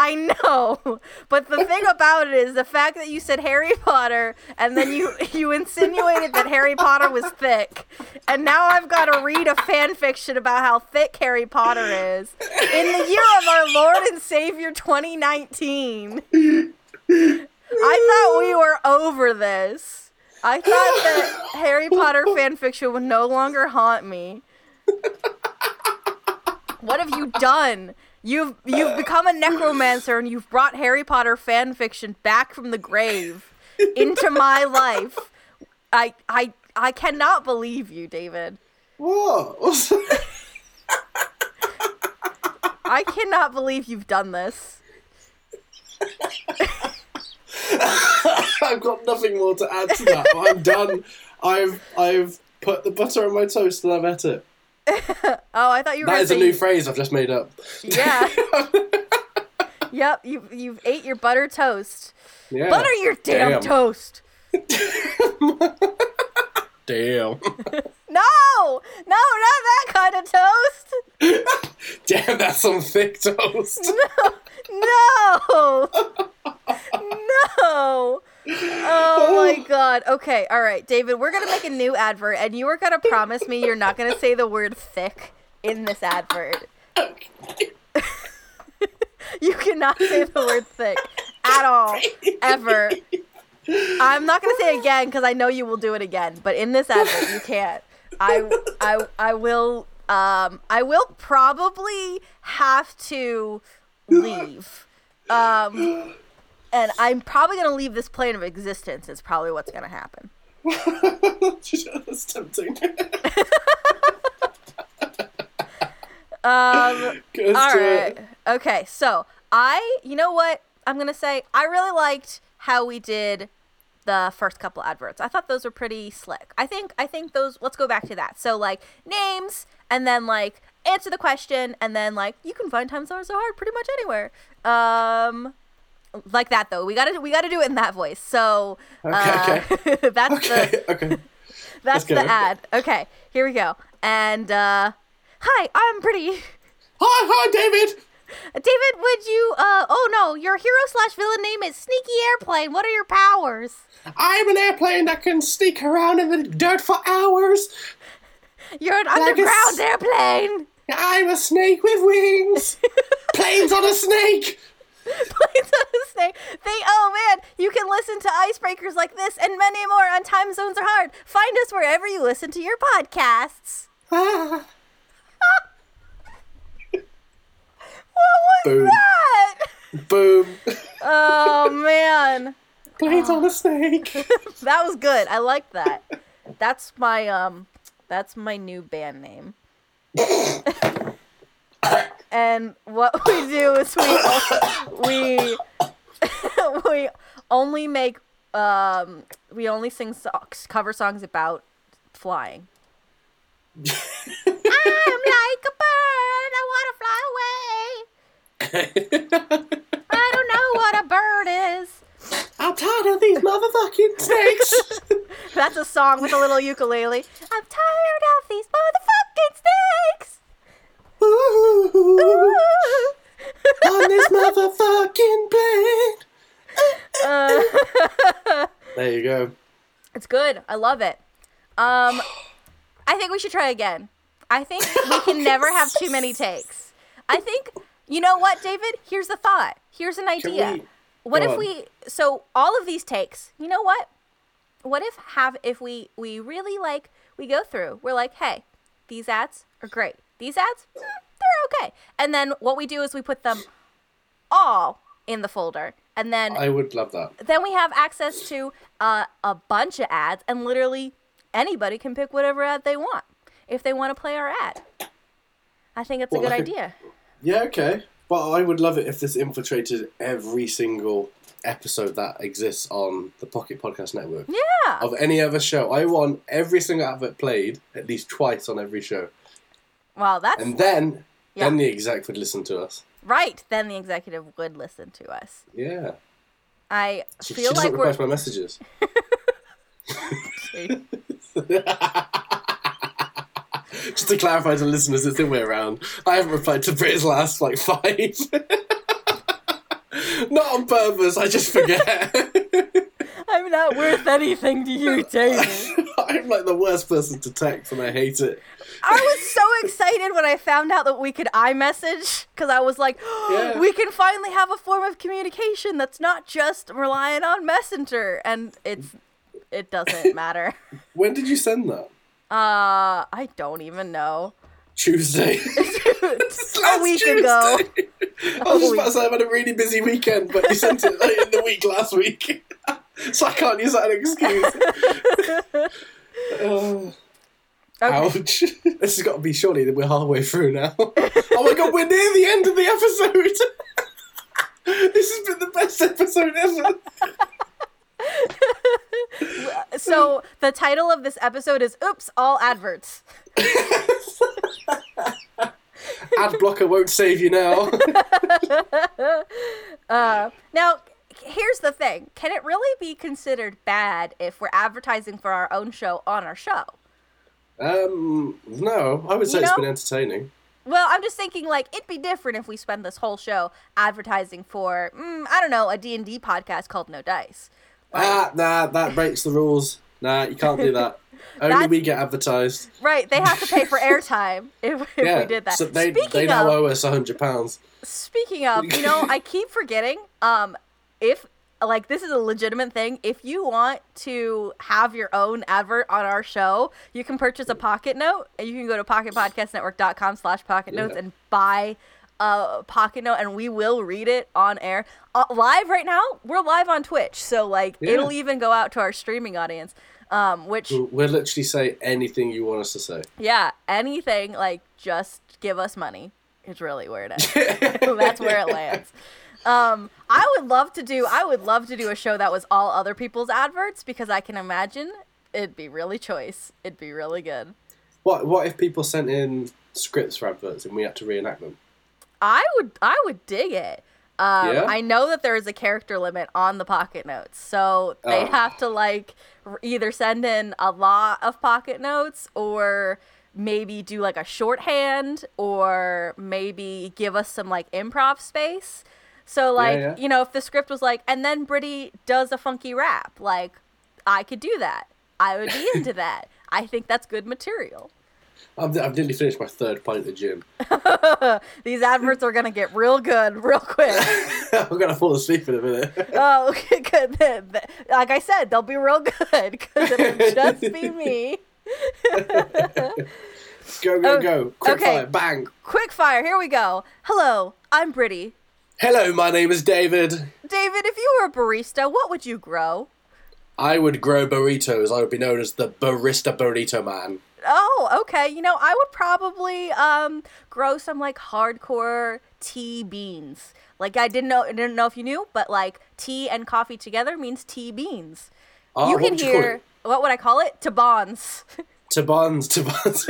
[SPEAKER 1] I know, but the thing about it is the fact that you said Harry Potter and then you you insinuated that Harry Potter was thick, and now I've got to read a fan fiction about how thick Harry Potter is in the year of our Lord and Savior 2019. I thought we were over this. I thought that Harry Potter fan fiction would no longer haunt me. What have you done? You've you've become a necromancer and you've brought Harry Potter fan fiction back from the grave into my life. I I I cannot believe you, David.
[SPEAKER 2] What? What's-
[SPEAKER 1] I cannot believe you've done this.
[SPEAKER 2] I've got nothing more to add to that. I'm done. I've I've put the butter on my toast and I've ate it.
[SPEAKER 1] Oh, I thought you were
[SPEAKER 2] That
[SPEAKER 1] gonna
[SPEAKER 2] is a
[SPEAKER 1] say-
[SPEAKER 2] new phrase I've just made up.
[SPEAKER 1] Yeah. yep, you you've ate your butter toast.
[SPEAKER 2] Yeah.
[SPEAKER 1] Butter your damn,
[SPEAKER 2] Damn.
[SPEAKER 1] toast.
[SPEAKER 2] Damn.
[SPEAKER 1] No! No, not that kind of toast.
[SPEAKER 2] Damn, that's some thick toast.
[SPEAKER 1] No! no! Oh my god. Okay, all right, David, we're going to make a new advert, and you are going to promise me you're not going to say the word thick in this advert. You cannot say the word thick at all, ever. I'm not going to say it again because I know you will do it again, but in this advert, you can't. I, I, I will. Um, I will probably have to leave. Um, and I'm probably going to leave this plane of existence, is probably what's going to happen.
[SPEAKER 2] that's tempting.
[SPEAKER 1] Um,
[SPEAKER 2] Goes
[SPEAKER 1] all
[SPEAKER 2] to
[SPEAKER 1] right.
[SPEAKER 2] it.
[SPEAKER 1] Okay. So, I, you know what? I'm going to say I really liked how we did the first couple adverts. I thought those were pretty slick. I think, I think those, let's go back to that. So, like, names and then, like, answer the question and then, like, you can find Times Are So Hard pretty much anywhere. Um, like that though. We gotta we gotta do it in that voice. So uh, that's the
[SPEAKER 2] Okay, okay.
[SPEAKER 1] That's
[SPEAKER 2] Let's
[SPEAKER 1] the
[SPEAKER 2] go.
[SPEAKER 1] ad. Okay, here we go. And uh, hi, I'm pretty.
[SPEAKER 2] Hi, hi, David.
[SPEAKER 1] David, would you? Uh, oh no, your hero slash villain name is Sneaky Airplane. What are your powers?
[SPEAKER 2] I'm an airplane that can sneak around in the dirt for hours.
[SPEAKER 1] You're an
[SPEAKER 2] a
[SPEAKER 1] underground
[SPEAKER 2] s-
[SPEAKER 1] airplane.
[SPEAKER 2] I'm a snake with wings. Planes on a snake.
[SPEAKER 1] Planes on a snake. They. Oh man, you can listen to icebreakers like this and many more on Time Zones Are Hard. Find us wherever you listen to your podcasts.
[SPEAKER 2] Ah.
[SPEAKER 1] What was
[SPEAKER 2] Boom.
[SPEAKER 1] that?
[SPEAKER 2] Boom.
[SPEAKER 1] Oh man.
[SPEAKER 2] Planes on a snake.
[SPEAKER 1] That was good. I like that. That's my um that's my new band name. and what we do is we we we only make um we only sing songs, cover songs about flying. I'm like a bird, I want to fly away. I don't know what a bird is.
[SPEAKER 2] I'm tired of these motherfucking snakes.
[SPEAKER 1] That's a song with a little ukulele. I'm tired of these motherfucking snakes.
[SPEAKER 2] Ooh, on this motherfucking plane. There you go.
[SPEAKER 1] It's good. I love it. Um, I think we should try again. I think we can never have too many takes. I think you know what, David. Here's the thought. Here's an
[SPEAKER 2] Can
[SPEAKER 1] idea.
[SPEAKER 2] we-
[SPEAKER 1] What
[SPEAKER 2] go
[SPEAKER 1] if
[SPEAKER 2] on.
[SPEAKER 1] we? So all of these takes. You know what? What if have if we we really like we go through? We're like, hey, these ads are great. These ads, mm, they're okay. And then what we do is we put them all in the folder, and then
[SPEAKER 2] I would love that.
[SPEAKER 1] then we have access to uh, a bunch of ads, and literally anybody can pick whatever ad they want if they want to play our ad. I think it's a
[SPEAKER 2] Well,
[SPEAKER 1] good
[SPEAKER 2] I think-
[SPEAKER 1] idea.
[SPEAKER 2] Yeah, okay. But I would love it if this infiltrated every single episode that exists on the Pocket Podcast Network.
[SPEAKER 1] Yeah.
[SPEAKER 2] Of any other show. I want every single advert played at least twice on every show.
[SPEAKER 1] Well, that's
[SPEAKER 2] And then
[SPEAKER 1] Yeah.
[SPEAKER 2] then the exec would listen to us.
[SPEAKER 1] right. Then the executive would listen to us.
[SPEAKER 2] Yeah.
[SPEAKER 1] I
[SPEAKER 2] She, she
[SPEAKER 1] feel
[SPEAKER 2] doesn't
[SPEAKER 1] like we're.
[SPEAKER 2] reply to my messages. Just to clarify to listeners, it's the way around. I haven't replied to Brit's last like five. Not on purpose, I just forget.
[SPEAKER 1] I'm not worth anything to you, David.
[SPEAKER 2] I'm like the worst person to text and I hate it.
[SPEAKER 1] I was so excited when I found out that we could iMessage because I was like,
[SPEAKER 2] Yeah.
[SPEAKER 1] we can finally have a form of communication that's not just relying on Messenger, and it's it doesn't matter.
[SPEAKER 2] When did you send that?
[SPEAKER 1] Uh, I don't even know.
[SPEAKER 2] Tuesday.
[SPEAKER 1] a week ago.
[SPEAKER 2] ago. I was just about to say I've had a really busy weekend, but you sent it late in the week last week. so I can't use that as an excuse. Uh, Ouch. This has got to be surely that we're halfway through now. oh my god, we're near the end of the episode! this has been the best episode ever!
[SPEAKER 1] So the title of this episode is "Oops, all adverts."
[SPEAKER 2] Ad blocker won't save you now.
[SPEAKER 1] Now, c- here's the thing: can it really be considered bad if we're advertising for our own show on our show?
[SPEAKER 2] um, no, I would say
[SPEAKER 1] You
[SPEAKER 2] it's
[SPEAKER 1] know-
[SPEAKER 2] been entertaining.
[SPEAKER 1] Well, I'm just thinking like it'd be different if we spend this whole show advertising for mm, I don't know a D and D podcast called No Dice.
[SPEAKER 2] Ah, nah, that breaks the rules. Nah, you can't do that. Only
[SPEAKER 1] That's-
[SPEAKER 2] we get advertised.
[SPEAKER 1] Right? They have to pay for airtime if, if
[SPEAKER 2] Yeah,
[SPEAKER 1] we did that.
[SPEAKER 2] So they,
[SPEAKER 1] speaking
[SPEAKER 2] they
[SPEAKER 1] of,
[SPEAKER 2] now owe us hundred pounds.
[SPEAKER 1] speaking of, you know, I keep forgetting. Um, if like this is a legitimate thing, if you want to have your own advert on our show, you can purchase a pocket note, and you can go to pocketpodcastnetwork.com slash pocket notes
[SPEAKER 2] Yeah.
[SPEAKER 1] and buy a pocket note, and we will read it on air uh, live right now. We're live on Twitch, so like
[SPEAKER 2] Yeah.
[SPEAKER 1] it'll even go out to our streaming audience. Um, which
[SPEAKER 2] We'll literally say anything you want us to say.
[SPEAKER 1] yeah, anything like just give us money is really where it ends. That's where it lands. Um, I would love to do. I would love to do a show that was all other people's adverts because I can imagine it'd be really choice. It'd be really good.
[SPEAKER 2] What What if people sent in scripts for adverts and we had to reenact them?
[SPEAKER 1] I would. I would dig it. Um,
[SPEAKER 2] Yeah?
[SPEAKER 1] I know that there is a character limit on the pocket notes, so they
[SPEAKER 2] Oh.
[SPEAKER 1] have to like r- either send in a lot of pocket notes or maybe do like a shorthand or maybe give us some like improv space. So like
[SPEAKER 2] yeah.
[SPEAKER 1] you know if the script was like and then Brittany does a funky rap like I could do that. I would be into that. I think that's good material.
[SPEAKER 2] I've, I've nearly finished my third pint at the gym.
[SPEAKER 1] These adverts are gonna get real good real quick.
[SPEAKER 2] I'm gonna fall asleep in a minute.
[SPEAKER 1] Oh, okay, good. The- the- Like I said, they'll be real good because it'll just be me.
[SPEAKER 2] Go go go! Quick
[SPEAKER 1] Oh, okay.
[SPEAKER 2] fire! Bang!
[SPEAKER 1] Quick fire, here we go. Hello, I'm Brittany.
[SPEAKER 2] Hello, my name is David.
[SPEAKER 1] David, if you were a barista, what would you grow?
[SPEAKER 2] I would grow burritos. I would be known as the barista burrito man.
[SPEAKER 1] Oh, okay. You know, I would probably um grow some like hardcore tea beans. Like I didn't know, I didn't know if you knew, but like tea and coffee together means tea beans.
[SPEAKER 2] Ah,
[SPEAKER 1] you
[SPEAKER 2] what
[SPEAKER 1] can
[SPEAKER 2] would you call
[SPEAKER 1] hear
[SPEAKER 2] it?
[SPEAKER 1] what would I call it? Tabons.
[SPEAKER 2] Tabans, tabans.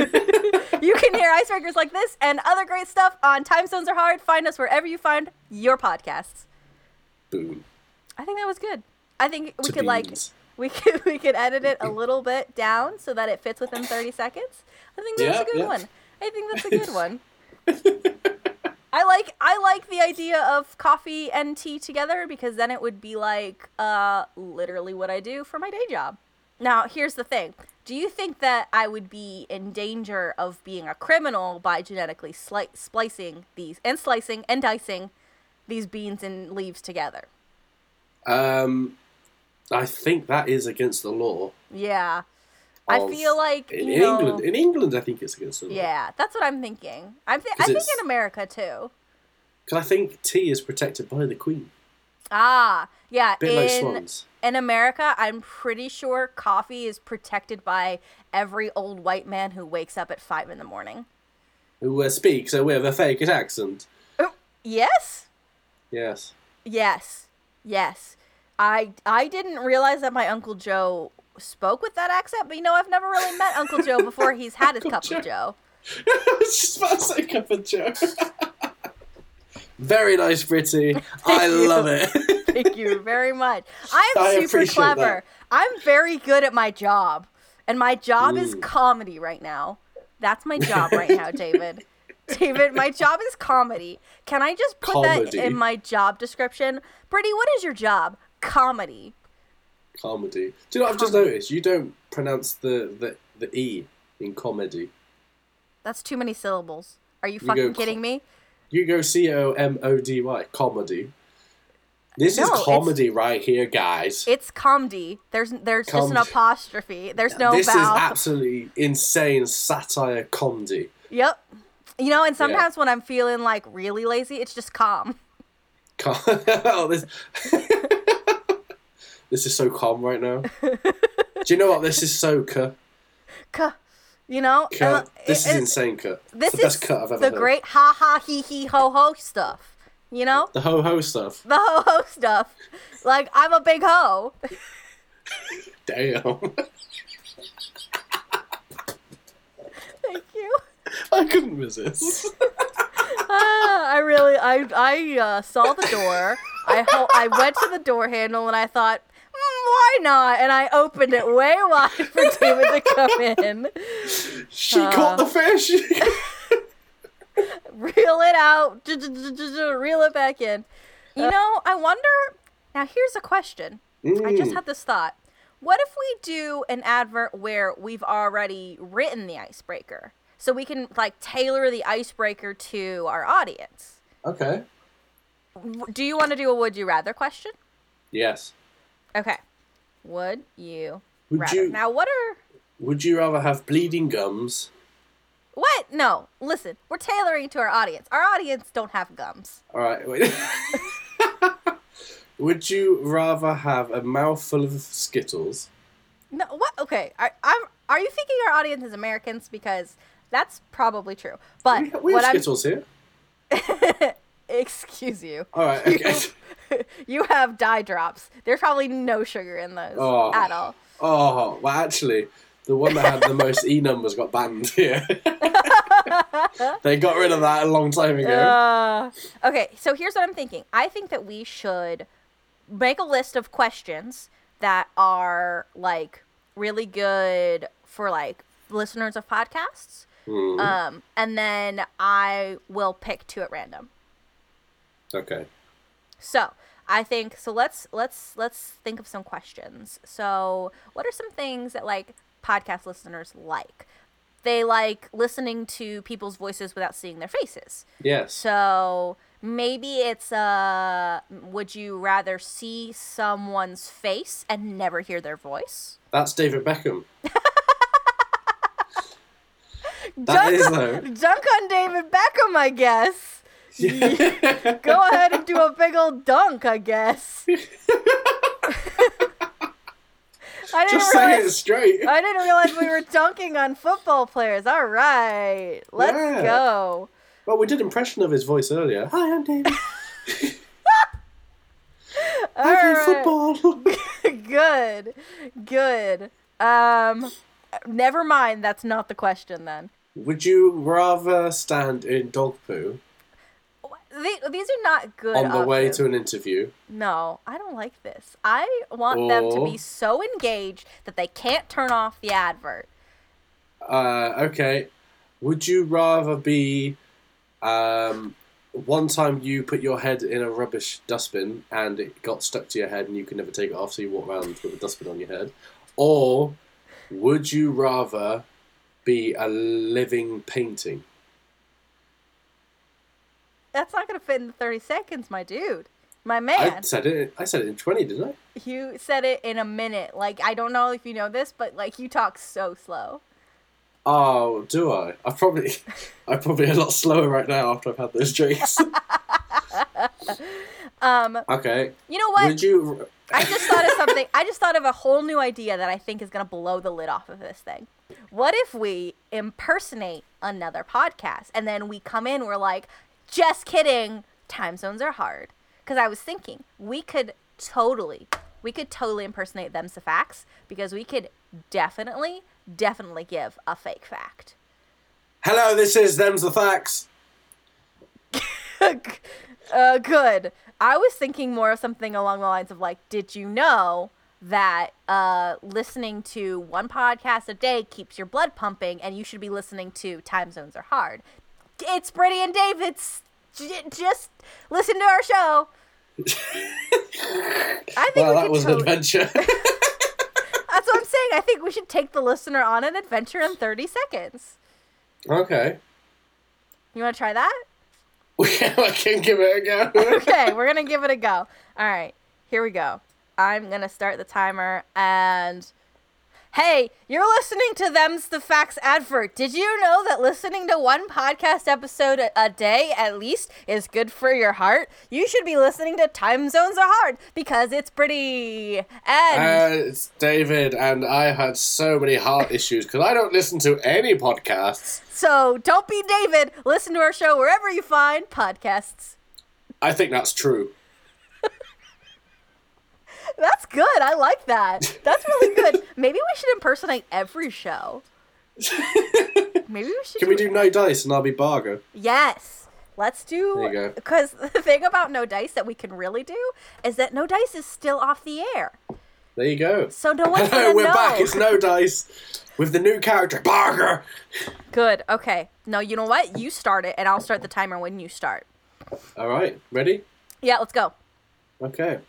[SPEAKER 1] You can hear icebreakers like this and other great stuff on Time Zones Are Hard. Find us wherever you find your podcasts.
[SPEAKER 2] Boom.
[SPEAKER 1] I think that was good. I think we
[SPEAKER 2] To
[SPEAKER 1] could like
[SPEAKER 2] beans.
[SPEAKER 1] we could we could edit it a little bit down so that it fits within 30 seconds. I think that was
[SPEAKER 2] Yeah,
[SPEAKER 1] a good
[SPEAKER 2] yeah.
[SPEAKER 1] one. I think that's a good one. I I like I like the idea of coffee and tea together because then it would be like uh literally what I do for my day job. Now, here's the thing. Do you think that I would be in danger of being a criminal by genetically sli- splicing these and slicing and dicing these beans and leaves together?
[SPEAKER 2] Um, I think that is against the law.
[SPEAKER 1] Yeah. I
[SPEAKER 2] of-
[SPEAKER 1] feel like
[SPEAKER 2] in
[SPEAKER 1] you know-
[SPEAKER 2] England. In England, I think it's against the law.
[SPEAKER 1] Yeah, that's what I'm thinking. I'm th- I
[SPEAKER 2] 'Cause
[SPEAKER 1] think
[SPEAKER 2] it's-
[SPEAKER 1] in America too.
[SPEAKER 2] Because I think tea is protected by the Queen.
[SPEAKER 1] Ah, yeah.
[SPEAKER 2] bit like
[SPEAKER 1] in
[SPEAKER 2] swans.
[SPEAKER 1] in America, I'm pretty sure coffee is protected by every old white man who wakes up at five in the morning.
[SPEAKER 2] Who uh, speaks uh, with a fake accent.
[SPEAKER 1] Yes,
[SPEAKER 2] Yes.
[SPEAKER 1] yes, yes. I I didn't realize that my uncle Joe spoke with that accent, but you know I've never really met Uncle Joe before. He's had his
[SPEAKER 2] Uncle
[SPEAKER 1] cup
[SPEAKER 2] Joe.
[SPEAKER 1] of Joe.
[SPEAKER 2] I was just about to say cup of joe. Very nice, Britty. I
[SPEAKER 1] you.
[SPEAKER 2] love it.
[SPEAKER 1] Thank you very much. I am
[SPEAKER 2] I
[SPEAKER 1] super
[SPEAKER 2] appreciate
[SPEAKER 1] clever.
[SPEAKER 2] that.
[SPEAKER 1] I'm very good at my job. And my job is comedy right now. That's my job right now, David. David, my job is comedy. Can I just put that
[SPEAKER 2] Comedy.
[SPEAKER 1] in my job description? Brittany, what is your job? Comedy.
[SPEAKER 2] comedy. Do you know what I've just noticed? You don't pronounce the, the, the E in comedy.
[SPEAKER 1] That's too many syllables. Are you
[SPEAKER 2] go
[SPEAKER 1] fucking
[SPEAKER 2] co-
[SPEAKER 1] kidding me?
[SPEAKER 2] You go C O M O D Y. Comedy. This
[SPEAKER 1] No,
[SPEAKER 2] is
[SPEAKER 1] it's-
[SPEAKER 2] comedy right here, guys.
[SPEAKER 1] It's comedy. There's there's just an
[SPEAKER 2] Comedy.
[SPEAKER 1] apostrophe. There's no
[SPEAKER 2] this
[SPEAKER 1] vowel.
[SPEAKER 2] is absolutely insane satire comedy.
[SPEAKER 1] yep. You know, and sometimes when I'm feeling like really lazy, it's just calm.
[SPEAKER 2] Com- oh, this... this is so calm right now. Do you know what? This is so cut.
[SPEAKER 1] Cuh, you know
[SPEAKER 2] cut.
[SPEAKER 1] And, uh,
[SPEAKER 2] this
[SPEAKER 1] it-
[SPEAKER 2] is
[SPEAKER 1] it-
[SPEAKER 2] insane cut.
[SPEAKER 1] this
[SPEAKER 2] This the best
[SPEAKER 1] is
[SPEAKER 2] cut I've ever
[SPEAKER 1] the
[SPEAKER 2] heard.
[SPEAKER 1] great ha ha he he ho ho stuff you know
[SPEAKER 2] The ho ho stuff.
[SPEAKER 1] the ho ho stuff like i'm a big ho
[SPEAKER 2] Damn.
[SPEAKER 1] thank you
[SPEAKER 2] I couldn't resist.
[SPEAKER 1] Ah, i really i i uh, saw the door i ho- i went to the door handle and i thought "Mm, why not? And I opened it way wide for David to come in,
[SPEAKER 2] She
[SPEAKER 1] Uh,
[SPEAKER 2] caught the fish.
[SPEAKER 1] reel it out, reel it back in. Uh, You know, I wonder. Now, here's a question. I
[SPEAKER 2] Mm,
[SPEAKER 1] just had this thought. What if we do an advert where we've already written the icebreaker? So we can like tailor the icebreaker to our audience.
[SPEAKER 2] okay.
[SPEAKER 1] W- Do you want to do a would you rather question?
[SPEAKER 2] Yes.
[SPEAKER 1] Okay. Would you
[SPEAKER 2] Would
[SPEAKER 1] rather?
[SPEAKER 2] you
[SPEAKER 1] Now what are
[SPEAKER 2] would you rather have bleeding gums?
[SPEAKER 1] what? No. Listen, we're tailoring to our audience. Our audience don't have gums.
[SPEAKER 2] All right. Wait. would you rather have a mouthful of Skittles?
[SPEAKER 1] No. What? Okay. Are, I'm, are you thinking our audience is Americans? Because that's probably true. But
[SPEAKER 2] We, we have
[SPEAKER 1] Uh, what I'm
[SPEAKER 2] Skittles here.
[SPEAKER 1] excuse you.
[SPEAKER 2] All right. Okay.
[SPEAKER 1] you have dye drops. There's probably no sugar in those
[SPEAKER 2] Oh.
[SPEAKER 1] at all.
[SPEAKER 2] Oh, well, actually, the one that had the most E numbers got banned here. they got rid of that a long time ago.
[SPEAKER 1] Uh, okay, so here's what I'm thinking. I think that we should make a list of questions that are like really good for like listeners of podcasts.
[SPEAKER 2] Hmm,
[SPEAKER 1] Um, and then I will pick two at random.
[SPEAKER 2] okay.
[SPEAKER 1] So I think so. Let's let's let's think of some questions. So what are some things that like podcast listeners like? They like listening to people's voices without seeing their faces.
[SPEAKER 2] Yes.
[SPEAKER 1] So maybe it's uh, would you rather see someone's face and never hear their voice?
[SPEAKER 2] That's David Beckham.
[SPEAKER 1] Dunk
[SPEAKER 2] That is
[SPEAKER 1] on-
[SPEAKER 2] though.
[SPEAKER 1] Dunk on David Beckham, I guess. Go ahead and do a big old dunk, I guess. I didn't
[SPEAKER 2] Just say it
[SPEAKER 1] realize.
[SPEAKER 2] straight.
[SPEAKER 1] I didn't realize we were dunking on football players. All right, let's
[SPEAKER 2] Yeah.
[SPEAKER 1] go.
[SPEAKER 2] Well, we did impression of his voice earlier. Hi, I'm David.
[SPEAKER 1] All
[SPEAKER 2] I
[SPEAKER 1] right.
[SPEAKER 2] play football.
[SPEAKER 1] good, good. Um, never mind. That's not the question then.
[SPEAKER 2] Would you rather stand in dog poo
[SPEAKER 1] The- These are not good.
[SPEAKER 2] on the way
[SPEAKER 1] options.
[SPEAKER 2] to an interview?
[SPEAKER 1] No, I don't like this. I want them to
[SPEAKER 2] Oh.
[SPEAKER 1] be so engaged that they can't turn off the advert.
[SPEAKER 2] Uh, okay. Would you rather be um, one time you put your head in a rubbish dustbin and it got stuck to your head and you could never take it off, so you walk around with a dustbin on your head? Or would you rather be a living painting?
[SPEAKER 1] That's not going to fit in the 30 seconds, my dude. My
[SPEAKER 2] I
[SPEAKER 1] man.
[SPEAKER 2] said it. I said it in twenty, didn't I?
[SPEAKER 1] You said it in a minute. Like, I don't know if you know this, but like, you talk so slow.
[SPEAKER 2] Oh, do I? I probably, I'm probably a lot slower right now after I've had those drinks.
[SPEAKER 1] Um,
[SPEAKER 2] okay.
[SPEAKER 1] you know what?
[SPEAKER 2] Would you?
[SPEAKER 1] I just thought of something. I just thought of a whole new idea that I think is going to blow the lid off of this thing. What if we impersonate another podcast and then we come in, we're like, just kidding, time zones are hard. Because I was thinking we could totally, we could totally impersonate them to facts because we could definitely, definitely give a fake fact.
[SPEAKER 2] Hello, this is them's the facts.
[SPEAKER 1] uh, good. I was thinking more of something along the lines of like, did you know that uh, listening to one podcast a day keeps your blood pumping, and you should be listening to Time Zones Are Hard. It's Brittany and Dave. It's j- just listen to our show. I think
[SPEAKER 2] Well,
[SPEAKER 1] we
[SPEAKER 2] that
[SPEAKER 1] could
[SPEAKER 2] was an
[SPEAKER 1] totally-
[SPEAKER 2] adventure.
[SPEAKER 1] That's what I'm saying. I think we should take the listener on an adventure in 30 seconds.
[SPEAKER 2] okay.
[SPEAKER 1] You want to try that?
[SPEAKER 2] I can give it a go.
[SPEAKER 1] okay, we're gonna give it a go. All right, here we go. I'm gonna start the timer and. Hey, you're listening to Them's the Facts advert. Did you know that listening to one podcast episode a- a day at least is good for your heart? You should be listening to Time Zones Are Hard because it's pretty. And
[SPEAKER 2] Uh, it's David, and I had so many heart issues because I don't listen to any podcasts.
[SPEAKER 1] so don't be David. Listen to our show wherever you find podcasts.
[SPEAKER 2] I think that's true.
[SPEAKER 1] That's good. I like that. That's really good. Maybe we should impersonate every show. Maybe we should.
[SPEAKER 2] Can we do no dice and I'll be Bargo?
[SPEAKER 1] Yes. Let's do.
[SPEAKER 2] There you go.
[SPEAKER 1] Because the thing about No Dice that we can really do is that No Dice is still off the air,
[SPEAKER 2] There you go.
[SPEAKER 1] so no one's
[SPEAKER 2] Hello,
[SPEAKER 1] gonna
[SPEAKER 2] we're
[SPEAKER 1] know.
[SPEAKER 2] back. It's no dice with the new character Bargo.
[SPEAKER 1] Good. Okay. No, you know what? You start it, and I'll start the timer when you start.
[SPEAKER 2] All right, ready?
[SPEAKER 1] Yeah. Let's go.
[SPEAKER 2] Okay.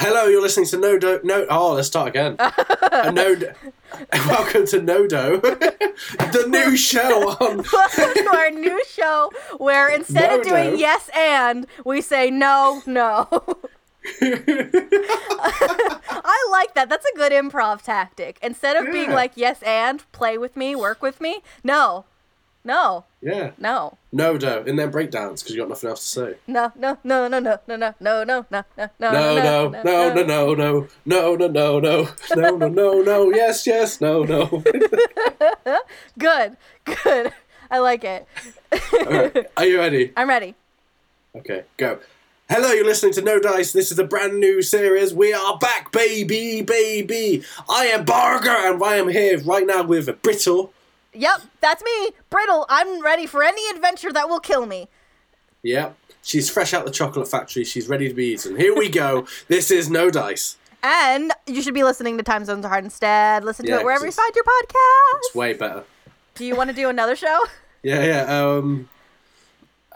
[SPEAKER 2] Hello, you're listening to No Do. No. Oh, let's start again. A no. Do- Welcome to No Do, the new show on.
[SPEAKER 1] Welcome to our new show where instead of
[SPEAKER 2] No,
[SPEAKER 1] doing
[SPEAKER 2] no.
[SPEAKER 1] yes and, we say no, no. I like that. That's a good improv tactic. Instead of being
[SPEAKER 2] Yeah.
[SPEAKER 1] like yes and, play with me, work with me, no, no,
[SPEAKER 2] Yeah.
[SPEAKER 1] no.
[SPEAKER 2] No Do, and then breakdowns because you got nothing else to say.
[SPEAKER 1] No, no, no, no, no, no, no, no, no, no, no, no,
[SPEAKER 2] No, Oh, no, no, no, no, no, no, no, no, no, no, no, no, no. Yes, yes, no, no.
[SPEAKER 1] Good, good. I like it.
[SPEAKER 2] All right. Are you ready?
[SPEAKER 1] I'm ready.
[SPEAKER 2] Okay, go. Hello, you're listening to No Dice. This is a brand new series. We are back, baby, baby. I am Barger, and I am here right now with Brittle.
[SPEAKER 1] Yep, that's me, Brittle. I'm ready for any adventure that will kill me.
[SPEAKER 2] Yep. She's fresh out the chocolate factory. She's ready to be eaten. Here we go. this is No Dice.
[SPEAKER 1] And you should be listening to Time Zones Are Hard instead. Listen to
[SPEAKER 2] Yeah,
[SPEAKER 1] it wherever you
[SPEAKER 2] 'cause
[SPEAKER 1] find your podcast.
[SPEAKER 2] It's way better.
[SPEAKER 1] Do you want to do another show?
[SPEAKER 2] Yeah, yeah. Um,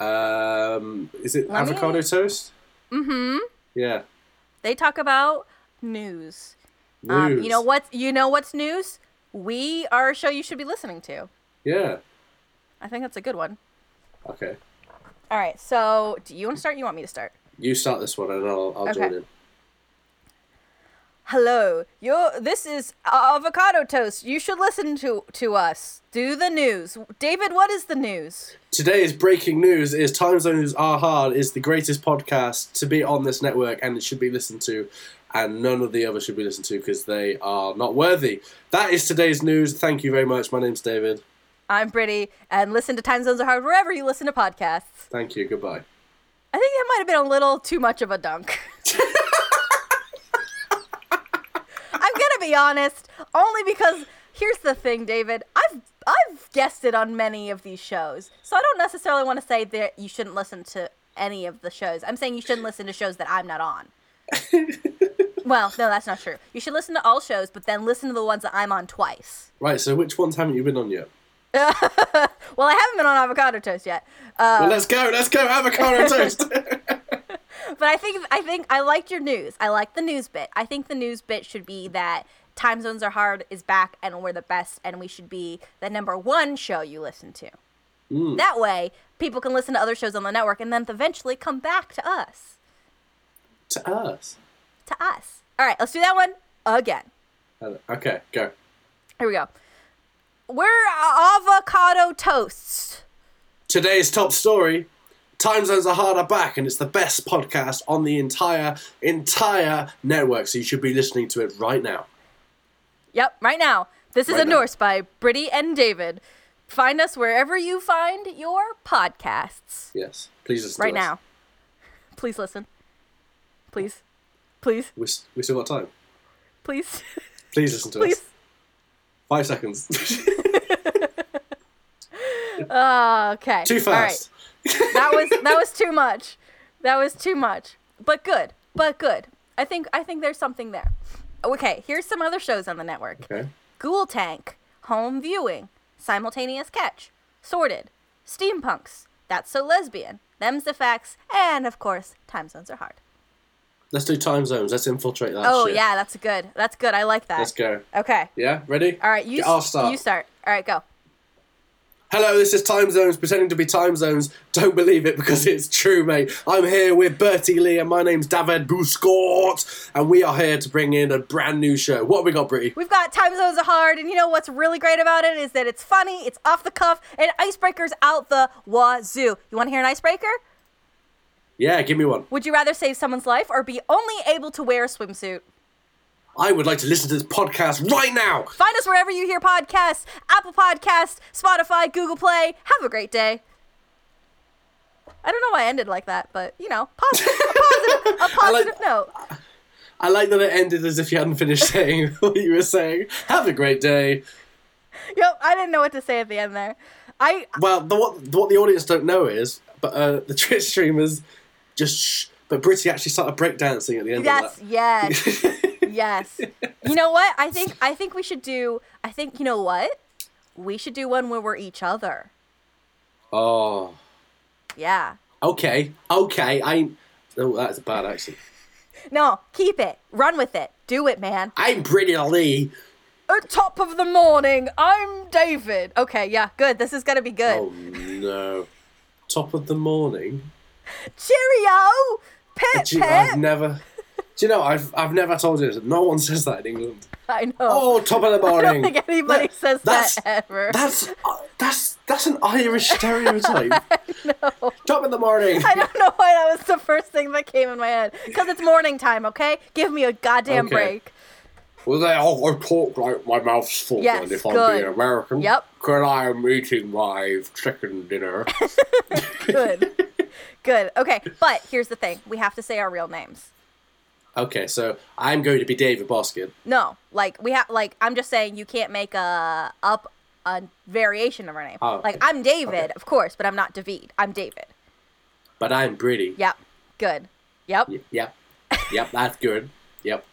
[SPEAKER 2] um, is it
[SPEAKER 1] Let me-
[SPEAKER 2] avocado toast? Mm-hmm. Yeah.
[SPEAKER 1] They talk about news.
[SPEAKER 2] News.
[SPEAKER 1] Um, you know what's you know what's news? We are a show you should be listening to.
[SPEAKER 2] Yeah.
[SPEAKER 1] I think that's a good one.
[SPEAKER 2] Okay.
[SPEAKER 1] All right. So, do you want to start? You want me to start?
[SPEAKER 2] You start this one, and I'll, I'll join
[SPEAKER 1] Okay.
[SPEAKER 2] in.
[SPEAKER 1] Hello. You're, this is avocado toast. You should listen to to us. Do the news, David. What is the news?
[SPEAKER 2] Today's breaking news is Time Zones Are Hard is the greatest podcast to be on this network and it should be listened to and none of the others should be listened to because they are not worthy. That is today's news. Thank you very much. My name's David.
[SPEAKER 1] I'm pretty, and listen to Time Zones Are Hard wherever you listen to podcasts.
[SPEAKER 2] Thank you. Goodbye.
[SPEAKER 1] I think that might have been a little too much of a dunk. I'm gonna be honest, only because here's the thing, David. I've I've guessed it on many of these shows, so I don't necessarily want to say that you shouldn't listen to any of the shows. I'm saying you shouldn't listen to shows that I'm not on. well, no, that's not true. You should listen to all shows, but then listen to the ones that I'm on twice.
[SPEAKER 2] Right, so which ones haven't you been on yet?
[SPEAKER 1] Well, I haven't been haven't on avocado toast yet. Uh,
[SPEAKER 2] Well, let's go, let's go, avocado toast.
[SPEAKER 1] But I think I think I liked your news. I like the news bit. I think the news bit should be that time zones are hard is back and we're the best and we should be the number one show you listen to.
[SPEAKER 2] Mm.
[SPEAKER 1] That way, people can listen to other shows on the network and then eventually come back to us.
[SPEAKER 2] to us.
[SPEAKER 1] To us. All right, let's do that one again.
[SPEAKER 2] Okay, go.
[SPEAKER 1] Here we go. We're avocado toasts.
[SPEAKER 2] Today's top story. Time zones are harder back, and it's the best podcast on the entire entire network. So you should be listening to it right now.
[SPEAKER 1] Yep, right now. This is
[SPEAKER 2] Right now.
[SPEAKER 1] endorsed by Brittany and David. Find us wherever you find your podcasts.
[SPEAKER 2] Yes, please listen.
[SPEAKER 1] right
[SPEAKER 2] to us.
[SPEAKER 1] now. Please listen. Please. Please.
[SPEAKER 2] We s- we still got time.
[SPEAKER 1] Please.
[SPEAKER 2] Please listen to
[SPEAKER 1] Please.
[SPEAKER 2] us. Five seconds.
[SPEAKER 1] Okay.
[SPEAKER 2] Too
[SPEAKER 1] All right.
[SPEAKER 2] fast.
[SPEAKER 1] That was that was too much. That was too much. But good. But good. I think I think there's something there. Okay, here's some other shows on the network.
[SPEAKER 2] Okay.
[SPEAKER 1] Ghoul Tank, Home Viewing, Simultaneous Catch, Sorted, Steampunks, That's So Lesbian, Them's the Facts, and of course, Time Zones Are Hard.
[SPEAKER 2] Let's do time zones. Let's infiltrate that.
[SPEAKER 1] Oh
[SPEAKER 2] shit.
[SPEAKER 1] yeah, that's good. That's good. I like that.
[SPEAKER 2] Let's go.
[SPEAKER 1] Okay.
[SPEAKER 2] Yeah, ready?
[SPEAKER 1] All right, you
[SPEAKER 2] I'll
[SPEAKER 1] s-
[SPEAKER 2] start.
[SPEAKER 1] you start. All right, go.
[SPEAKER 2] Hello, this is Time Zones pretending to be Time Zones. Don't believe it because it's true, mate. I'm here with Bertie Lee and my name's David Buscott, and we are here to bring in a brand new show. What have we got, Britty?
[SPEAKER 1] We've got time zones are hard, and you know what's really great about it is that it's funny, it's off the cuff, and icebreakers out the wazoo. You want to hear an icebreaker?
[SPEAKER 2] Yeah, give me one.
[SPEAKER 1] Would you rather save someone's life or be only able to wear a swimsuit?
[SPEAKER 2] I would like to listen to this podcast right now.
[SPEAKER 1] Find us wherever you hear podcasts: Apple Podcast, Spotify, Google Play. Have a great day. I don't know why I ended like that, but you know, positive, a positive, a
[SPEAKER 2] like-
[SPEAKER 1] positive note.
[SPEAKER 2] I like that it ended as if you hadn't finished saying what you were saying. Have a great day.
[SPEAKER 1] Yep, I didn't know what to say at the end there. I
[SPEAKER 2] Well, the, what, the, what the audience don't know is, but uh, the Twitch streamers just shh, but Britty actually started breakdancing at the end of
[SPEAKER 1] Yes, yes,
[SPEAKER 2] that.
[SPEAKER 1] yes. You know what? I think I think we should do. I think you know what? We should do one where we're each other.
[SPEAKER 2] Oh.
[SPEAKER 1] Yeah.
[SPEAKER 2] Okay, okay, I. Oh, that's bad actually.
[SPEAKER 1] No, keep it. Run with it. Do it, man.
[SPEAKER 2] I'm Brittany Lee.
[SPEAKER 1] At top of the morning, I'm David. Okay, yeah, good. This is gonna be good.
[SPEAKER 2] Oh no. Top of the morning.
[SPEAKER 1] Cheerio, pip
[SPEAKER 2] Gee,
[SPEAKER 1] pip.
[SPEAKER 2] I've never. Do you know I've I've never told you this. No one says that in England.
[SPEAKER 1] I know.
[SPEAKER 2] Oh, top of the morning.
[SPEAKER 1] I don't think anybody says
[SPEAKER 2] that's-
[SPEAKER 1] that ever.
[SPEAKER 2] That's uh, that's that's an Irish stereotype. Top of the morning.
[SPEAKER 1] I don't know why that was the first thing that came in my head. Because it's morning time, okay? Give me a goddamn
[SPEAKER 2] Okay.
[SPEAKER 1] break.
[SPEAKER 2] Well, they all I talk like my mouth's full,
[SPEAKER 1] Yes,
[SPEAKER 2] and if I'm
[SPEAKER 1] good.
[SPEAKER 2] being American,
[SPEAKER 1] Yep.
[SPEAKER 2] Because I am eating my chicken dinner.
[SPEAKER 1] good. Good. Okay, but here's the thing. We have to say our real names.
[SPEAKER 2] okay, so I'm going to be David Basket.
[SPEAKER 1] No, like we have like I'm just saying you can't make a up a variation of our name.
[SPEAKER 2] Oh,
[SPEAKER 1] like
[SPEAKER 2] okay.
[SPEAKER 1] I'm David,
[SPEAKER 2] Okay.
[SPEAKER 1] of course, but I'm not David. I'm David.
[SPEAKER 2] but I'm pretty.
[SPEAKER 1] Yep. Good. Yep.
[SPEAKER 2] Yep. Yep, that's good. Yep.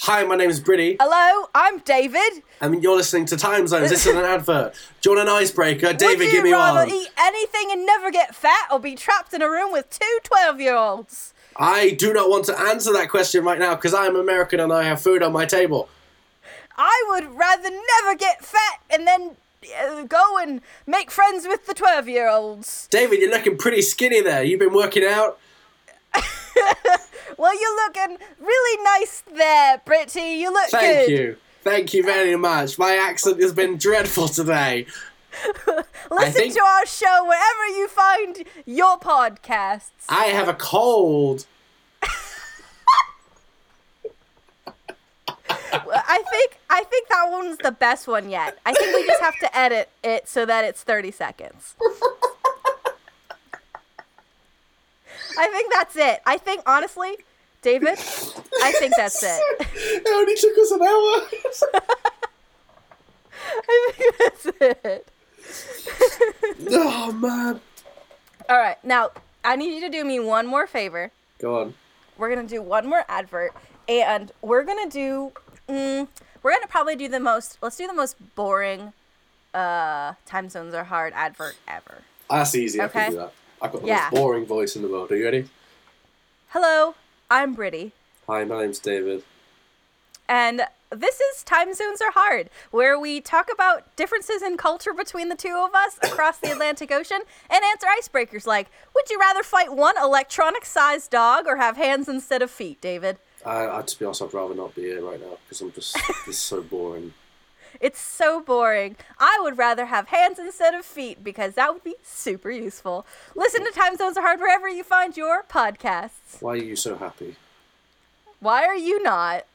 [SPEAKER 2] Hi, my name is Britty,
[SPEAKER 1] Hello, I'm David.
[SPEAKER 2] and you're listening to Time Zones. This is an advert. Do you want an icebreaker? David,
[SPEAKER 1] Would you
[SPEAKER 2] give me
[SPEAKER 1] rather
[SPEAKER 2] one.
[SPEAKER 1] eat anything and never get fat or be trapped in a room with two 12-year-olds?
[SPEAKER 2] I do not want to answer that question right now because I am American and I have food on my table.
[SPEAKER 1] I would rather never get fat and then uh, go and make friends with the 12-year-olds.
[SPEAKER 2] David, you're looking pretty skinny there. You've been working out.
[SPEAKER 1] Well, you're looking really nice there, Britty. You look
[SPEAKER 2] Thank
[SPEAKER 1] good.
[SPEAKER 2] you. Thank you very much. My accent has been dreadful today.
[SPEAKER 1] Listen
[SPEAKER 2] think-
[SPEAKER 1] to our show wherever you find your podcasts.
[SPEAKER 2] I have a cold.
[SPEAKER 1] I think I think that one's the best one yet. I think we just have to edit it so that it's 30 seconds. I think that's it. I think honestly, David, I think that's it.
[SPEAKER 2] It only took us an hour.
[SPEAKER 1] I think that's it.
[SPEAKER 2] oh, man.
[SPEAKER 1] All right. Now, I need you to do me one more favor.
[SPEAKER 2] Go on.
[SPEAKER 1] we're gonna do one more advert and we're gonna do mm, we're gonna probably do the most let's do the most boring uh, time zones are hard advert ever.
[SPEAKER 2] That's easy. I
[SPEAKER 1] Okay.
[SPEAKER 2] can do that. I've got the
[SPEAKER 1] Yeah.
[SPEAKER 2] most boring voice in the world. Are you ready?
[SPEAKER 1] Hello, I'm Brittany,
[SPEAKER 2] Hi, my name's David.
[SPEAKER 1] and this is Time Zones Are Hard, where we talk about differences in culture between the two of us across the Atlantic Ocean and answer icebreakers like Would you rather fight one electronic sized dog or have hands instead of feet, David?
[SPEAKER 2] I, I, to be honest, I'd rather not be here right now because I'm just this is so boring.
[SPEAKER 1] It's so boring. I would rather have hands instead of feet because that would be super useful. Listen to Time Zones Are Hard wherever you find your podcasts.
[SPEAKER 2] Why are you so happy?
[SPEAKER 1] Why are you not?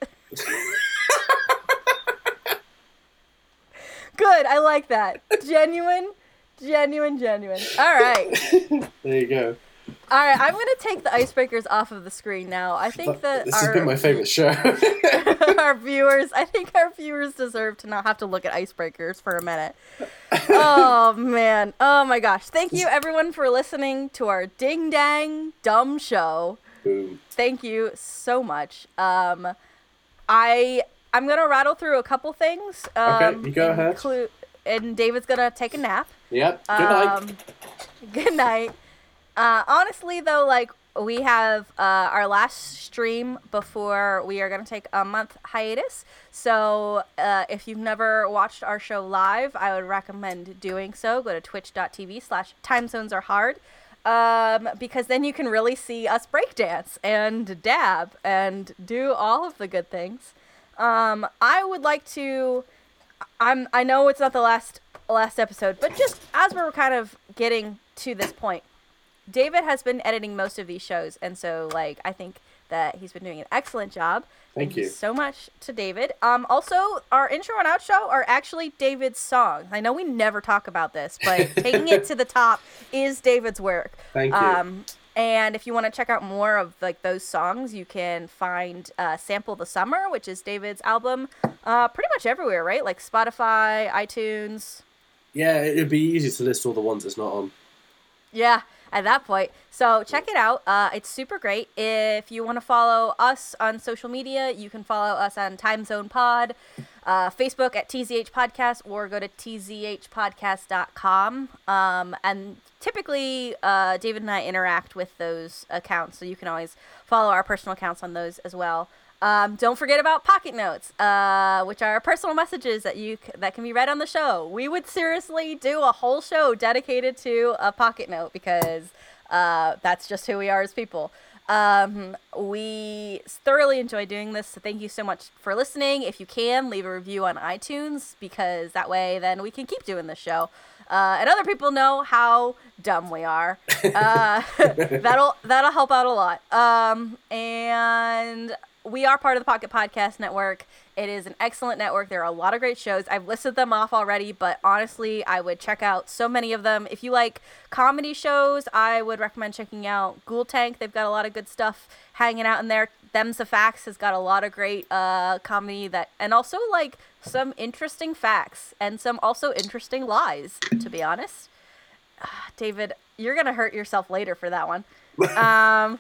[SPEAKER 1] Good, I like that. Genuine, genuine, genuine. All right.
[SPEAKER 2] There you go.
[SPEAKER 1] All right, I'm going to take the icebreakers off of the screen now. I think that
[SPEAKER 2] this has
[SPEAKER 1] our,
[SPEAKER 2] been my favourite show.
[SPEAKER 1] our viewers, I think our viewers deserve to not have to look at icebreakers for a minute. oh man. Oh my gosh. Thank you everyone for listening to our ding dang dumb show.
[SPEAKER 2] Boom.
[SPEAKER 1] Thank you so much. Um I I'm going to rattle through a couple things. Um,
[SPEAKER 2] Okay, you go ahead.
[SPEAKER 1] inclu- and David's going to take a nap.
[SPEAKER 2] Yep. Good night.
[SPEAKER 1] Um, good night. Uh, honestly, though, like we have uh, our last stream before we are going to take a month hiatus. So uh, if you've never watched our show live, I would recommend doing so. Go to twitch.tv slash time zones are hard. Um, because then you can really see us breakdance and dab and do all of the good things. Um, I would like to I'm I know it's not the last last episode, but just as we're kind of getting to this point, David has been editing most of these shows, and so like I think that he's been doing an excellent job.
[SPEAKER 2] Thank you.
[SPEAKER 1] so much to David. Um, also our intro and outro are actually David's songs. I know we never talk about this, but taking it to the top is David's work.
[SPEAKER 2] Thank you.
[SPEAKER 1] Um, and if you want to check out more of like those songs, you can find uh, "Sample the Summer," which is David's album, uh, pretty much everywhere, right? Like Spotify, iTunes.
[SPEAKER 2] yeah, it'd be easy to list all the ones that's not on.
[SPEAKER 1] Yeah, at that point. So check it out. Uh, it's super great. If you want to follow us on social media, you can follow us on Time Zone Pod, uh, Facebook at TZH Podcast, or go to tzhpodcast.com. Um, and typically, uh, David and I interact with those accounts, so you can always follow our personal accounts on those as well. Um, don't forget about pocket notes, uh, which are personal messages that you c- that can be read on the show. We would seriously do a whole show dedicated to a pocket note because uh, that's just who we are as people. Um, we thoroughly enjoy doing this, so thank you so much for listening. If you can, leave a review on iTunes because that way then we can keep doing this show. Uh, and other people know how dumb we are. Uh, that'll that'll help out a lot. Um, and we are part of the Pocket Podcast Network. It is an excellent network. There are a lot of great shows. I've listed them off already, but honestly, I would check out so many of them. If you like comedy shows, I would recommend checking out Ghoul Tank. They've got a lot of good stuff hanging out in there. Them's the Facts has got a lot of great uh, comedy that, and also like some interesting facts and some also interesting lies, to be honest. Ah, David, you're going to hurt yourself later for that one. Um,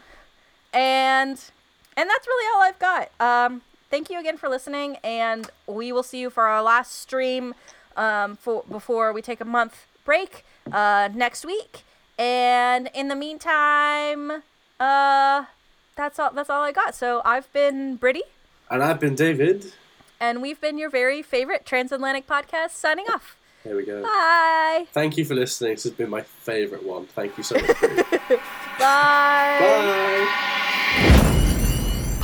[SPEAKER 1] and and that's really all I've got. Um, thank you again for listening, and we will see you for our last stream um, for before we take a month break uh, next week. And in the meantime, uh, that's all. That's all I got. So I've been Britty,
[SPEAKER 2] And I've been David.
[SPEAKER 1] and we've been your very favorite transatlantic podcast. Signing off.
[SPEAKER 2] There we go.
[SPEAKER 1] Bye.
[SPEAKER 2] Thank you for listening. This has been my favourite one. Thank you so much.
[SPEAKER 1] Bye.
[SPEAKER 2] Bye.